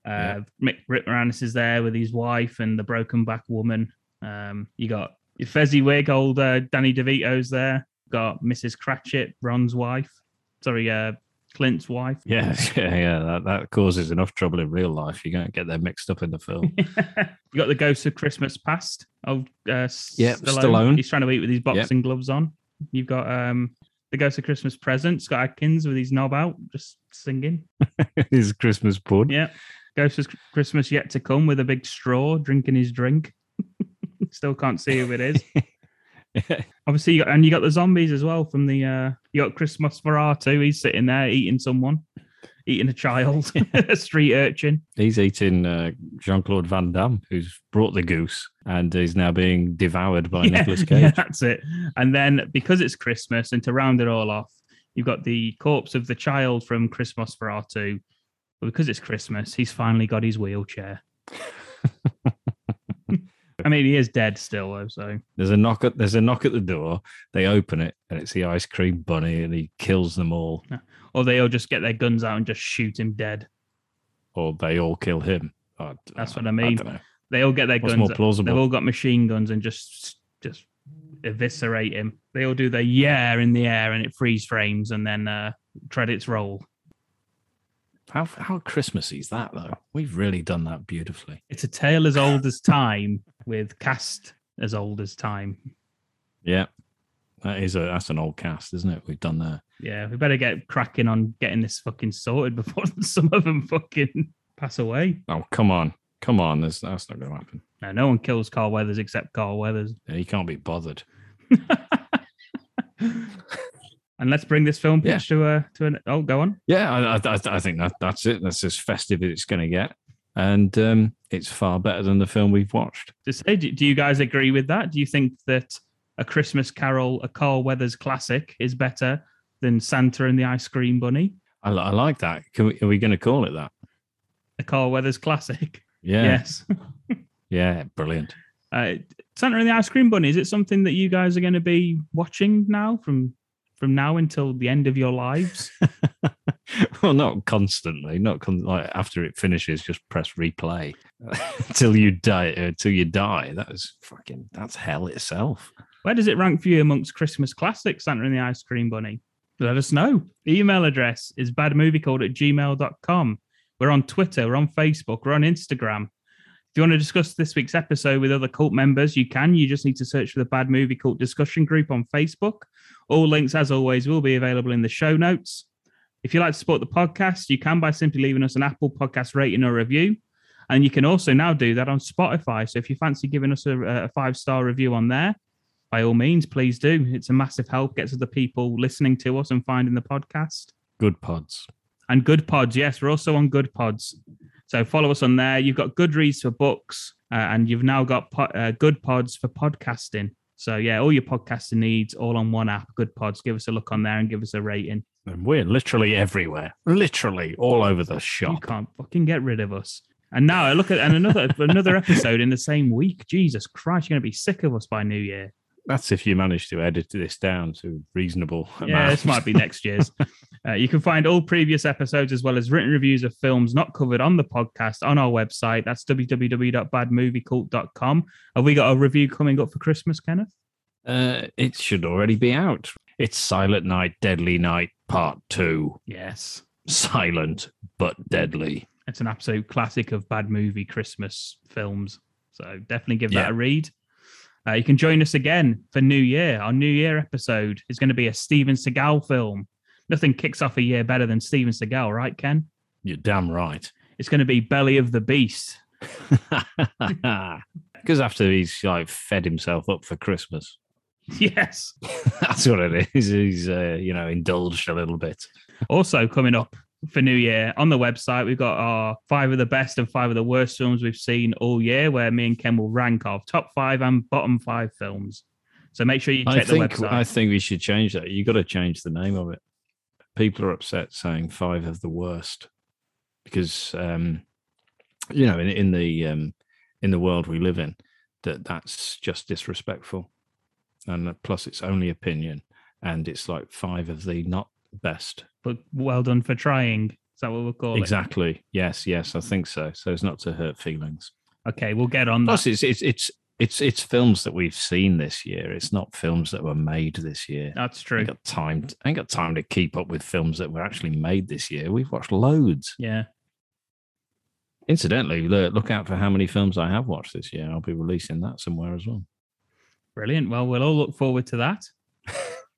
Speaker 3: Uh,
Speaker 4: Yeah.
Speaker 3: Mick Rick Moranis is there with his wife and the broken back woman. Um, you got your Fezziwig, old uh, Danny DeVito's there. Got Mrs. Cratchit, Ron's wife. Sorry, uh, Clint's wife.
Speaker 4: Yeah, yeah, yeah. That, that causes enough trouble in real life. You don't get them mixed up in the film.
Speaker 3: you got the Ghost of Christmas Past. Old uh,
Speaker 4: Yep,
Speaker 3: Stallone.
Speaker 4: Stallone.
Speaker 3: He's trying to eat with his boxing gloves on. You've got um, the Ghost of Christmas Present. Scott Adkins with his knob out, just singing.
Speaker 4: his Christmas pud.
Speaker 3: Yeah. Ghost of Christmas yet to come with a big straw, drinking his drink. Still can't see who it is. Obviously, you got, and you got the zombies as well from the. Uh, you got Chris Nosferatu. He's sitting there eating someone, eating a child, a street urchin.
Speaker 4: He's eating uh, Jean Claude Van Damme, who's brought the goose and is now being devoured by Nicholas
Speaker 3: yeah,
Speaker 4: Cage.
Speaker 3: that's it. And then because it's Christmas, and to round it all off, you've got the corpse of the child from Christmas for R2. But because it's Christmas, he's finally got his wheelchair. I mean, he is dead still, though. So
Speaker 4: There's a knock at there's a knock at the door. They open it, and it's the ice cream bunny, and he kills them all,
Speaker 3: or they'll just get their guns out and just shoot him dead.
Speaker 4: or they all kill him. I d-
Speaker 3: That's what I mean.
Speaker 4: don't know.
Speaker 3: They all get their
Speaker 4: What's
Speaker 3: guns.
Speaker 4: more
Speaker 3: out-
Speaker 4: plausible?
Speaker 3: They've all got machine guns and just just eviscerate him. They all do their yeah in the air and it freeze frames and then uh, credits roll.
Speaker 4: How how Christmassy is that though? We've really done that beautifully.
Speaker 3: It's a tale as old as time with cast as old as time.
Speaker 4: Yeah, that is a that's an old cast, isn't it? We've done that.
Speaker 3: Yeah, we better get cracking on getting this fucking sorted before some of them fucking pass away.
Speaker 4: Oh come on, come on! There's, that's not going to happen.
Speaker 3: No, no one kills Carl Weathers except Carl Weathers.
Speaker 4: Yeah, He can't be bothered.
Speaker 3: And let's bring this film
Speaker 4: Yeah.
Speaker 3: pitch to a to an. Oh, go on.
Speaker 4: Yeah, I, I, I- I think that that's it. That's as festive as it's going to get, and um, it's far better than the film we've watched.
Speaker 3: To say, do, do you guys agree with that? Do you think that a Christmas Carol, a Carl Weathers classic, is better than Santa and the Ice Cream Bunny?
Speaker 4: I, li- I like that. Can we, are we going to call it that?
Speaker 3: A Carl Weathers classic.
Speaker 4: Yeah, yeah,
Speaker 3: Yes.
Speaker 4: brilliant.
Speaker 3: Uh, Santa and the Ice Cream Bunny. Is it something that you guys are going to be watching now from from now until the end of your lives?
Speaker 4: well, not constantly, not con- like after it finishes, just press replay till you die. uh, Till you die. That is fucking. That's hell itself.
Speaker 3: Where does it rank for you amongst Christmas classics, Santa and the Ice Cream Bunny? Let us know. The email address is badmoviecalled at gmail.com. We're on Twitter, we're on Facebook, we're on Instagram. If you want to discuss this week's episode with other cult members, you can. You just need to search for the Bad Movie Cult Discussion Group on Facebook. All links, as always, will be available in the show notes. If you'd like to support the podcast, you can by simply leaving us an Apple podcast rating or review. And you can also now do that on Spotify. So if you fancy giving us a, a five star review on there, by all means, please do. It's a massive help. Gets other people listening to us and finding the podcast.
Speaker 4: Good pods.
Speaker 3: And Good Pods, yes, we're also on Good Pods. So follow us on there. You've got Goodreads for books, uh, and you've now got po- uh, Good Pods for podcasting. So yeah, all your podcasting needs all on one app. Good Pods. Give us a look on there and give us a rating.
Speaker 4: And we're literally everywhere, literally all over the
Speaker 3: You
Speaker 4: shop.
Speaker 3: can't fucking get rid of us. And now I look at and another another episode in the same week. Jesus Christ, you're gonna be sick of us by New Year.
Speaker 4: That's if you manage to edit this down to reasonable.
Speaker 3: Yeah,
Speaker 4: amount.
Speaker 3: this might be next year's. Uh, you can find all previous episodes as well as written reviews of films not covered on the podcast on our website. That's www.badmoviecult.com. Have we got a review coming up for Christmas, Kenneth?
Speaker 4: Uh, it should already be out. It's Silent Night, Deadly Night Part Two.
Speaker 3: Yes.
Speaker 4: Silent but deadly.
Speaker 3: It's an absolute classic of bad movie Christmas films. So definitely give that
Speaker 4: Yeah.
Speaker 3: a read. Uh, you can join us again for New Year. Our New Year episode is going to be a Steven Seagal film. Nothing kicks off a year better than Steven Seagal, right, Ken?
Speaker 4: You're damn right.
Speaker 3: It's going to be Belly of the Beast.
Speaker 4: Because after he's like fed himself up for Christmas,
Speaker 3: Yes.
Speaker 4: that's what it is. He's uh, you know indulged a little bit.
Speaker 3: Also coming up for New Year on the website, we've got our five of the best and five of the worst films we've seen all year, where me and Ken will rank our top five and bottom five films. So make sure you check
Speaker 4: I think
Speaker 3: the website.
Speaker 4: I think we should change that. You got to change the name of it. People are upset saying five of the worst because um, you know in, in the um, in the world we live in that that's just disrespectful, and that- plus it's only opinion, and it's like five of the not best.
Speaker 3: But well done for trying. Is that what we'll call
Speaker 4: Exactly. Yes. Yes. I think so. So as not to hurt feelings.
Speaker 3: it? Okay, we'll get on that.
Speaker 4: Plus, it's it's it's it's it's films that we've seen this year. It's not films that were made this year.
Speaker 3: That's
Speaker 4: I
Speaker 3: true.
Speaker 4: ain't got time. I ain't got time to keep up with films that were actually made this year. We've watched loads.
Speaker 3: Yeah.
Speaker 4: Incidentally, lo- look out for how many films I have watched this year. I'll be releasing that somewhere as well.
Speaker 3: Brilliant. Well, we'll all look forward to that.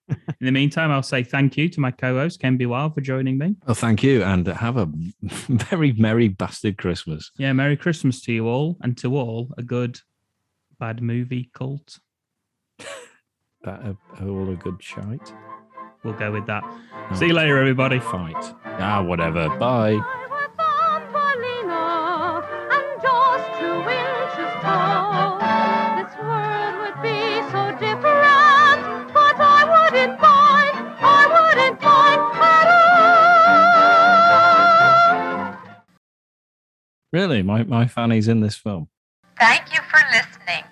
Speaker 3: In the meantime, I'll say thank you to my co-host Ken B. Wild for joining me.
Speaker 4: Well, thank you, and have a very merry bastard Christmas.
Speaker 3: Yeah, Merry Christmas to you all, and to all a good bad movie cult.
Speaker 4: That a, all a good shite.
Speaker 3: We'll go with that. See you later, everybody.
Speaker 4: Fight. Ah, whatever. Bye.
Speaker 7: with Thumbelina and just two inches tall. This world would be so different, but I wouldn't mind, I wouldn't mind at all.
Speaker 4: Really, my my fanny's in this film.
Speaker 8: Thank you for listening. evening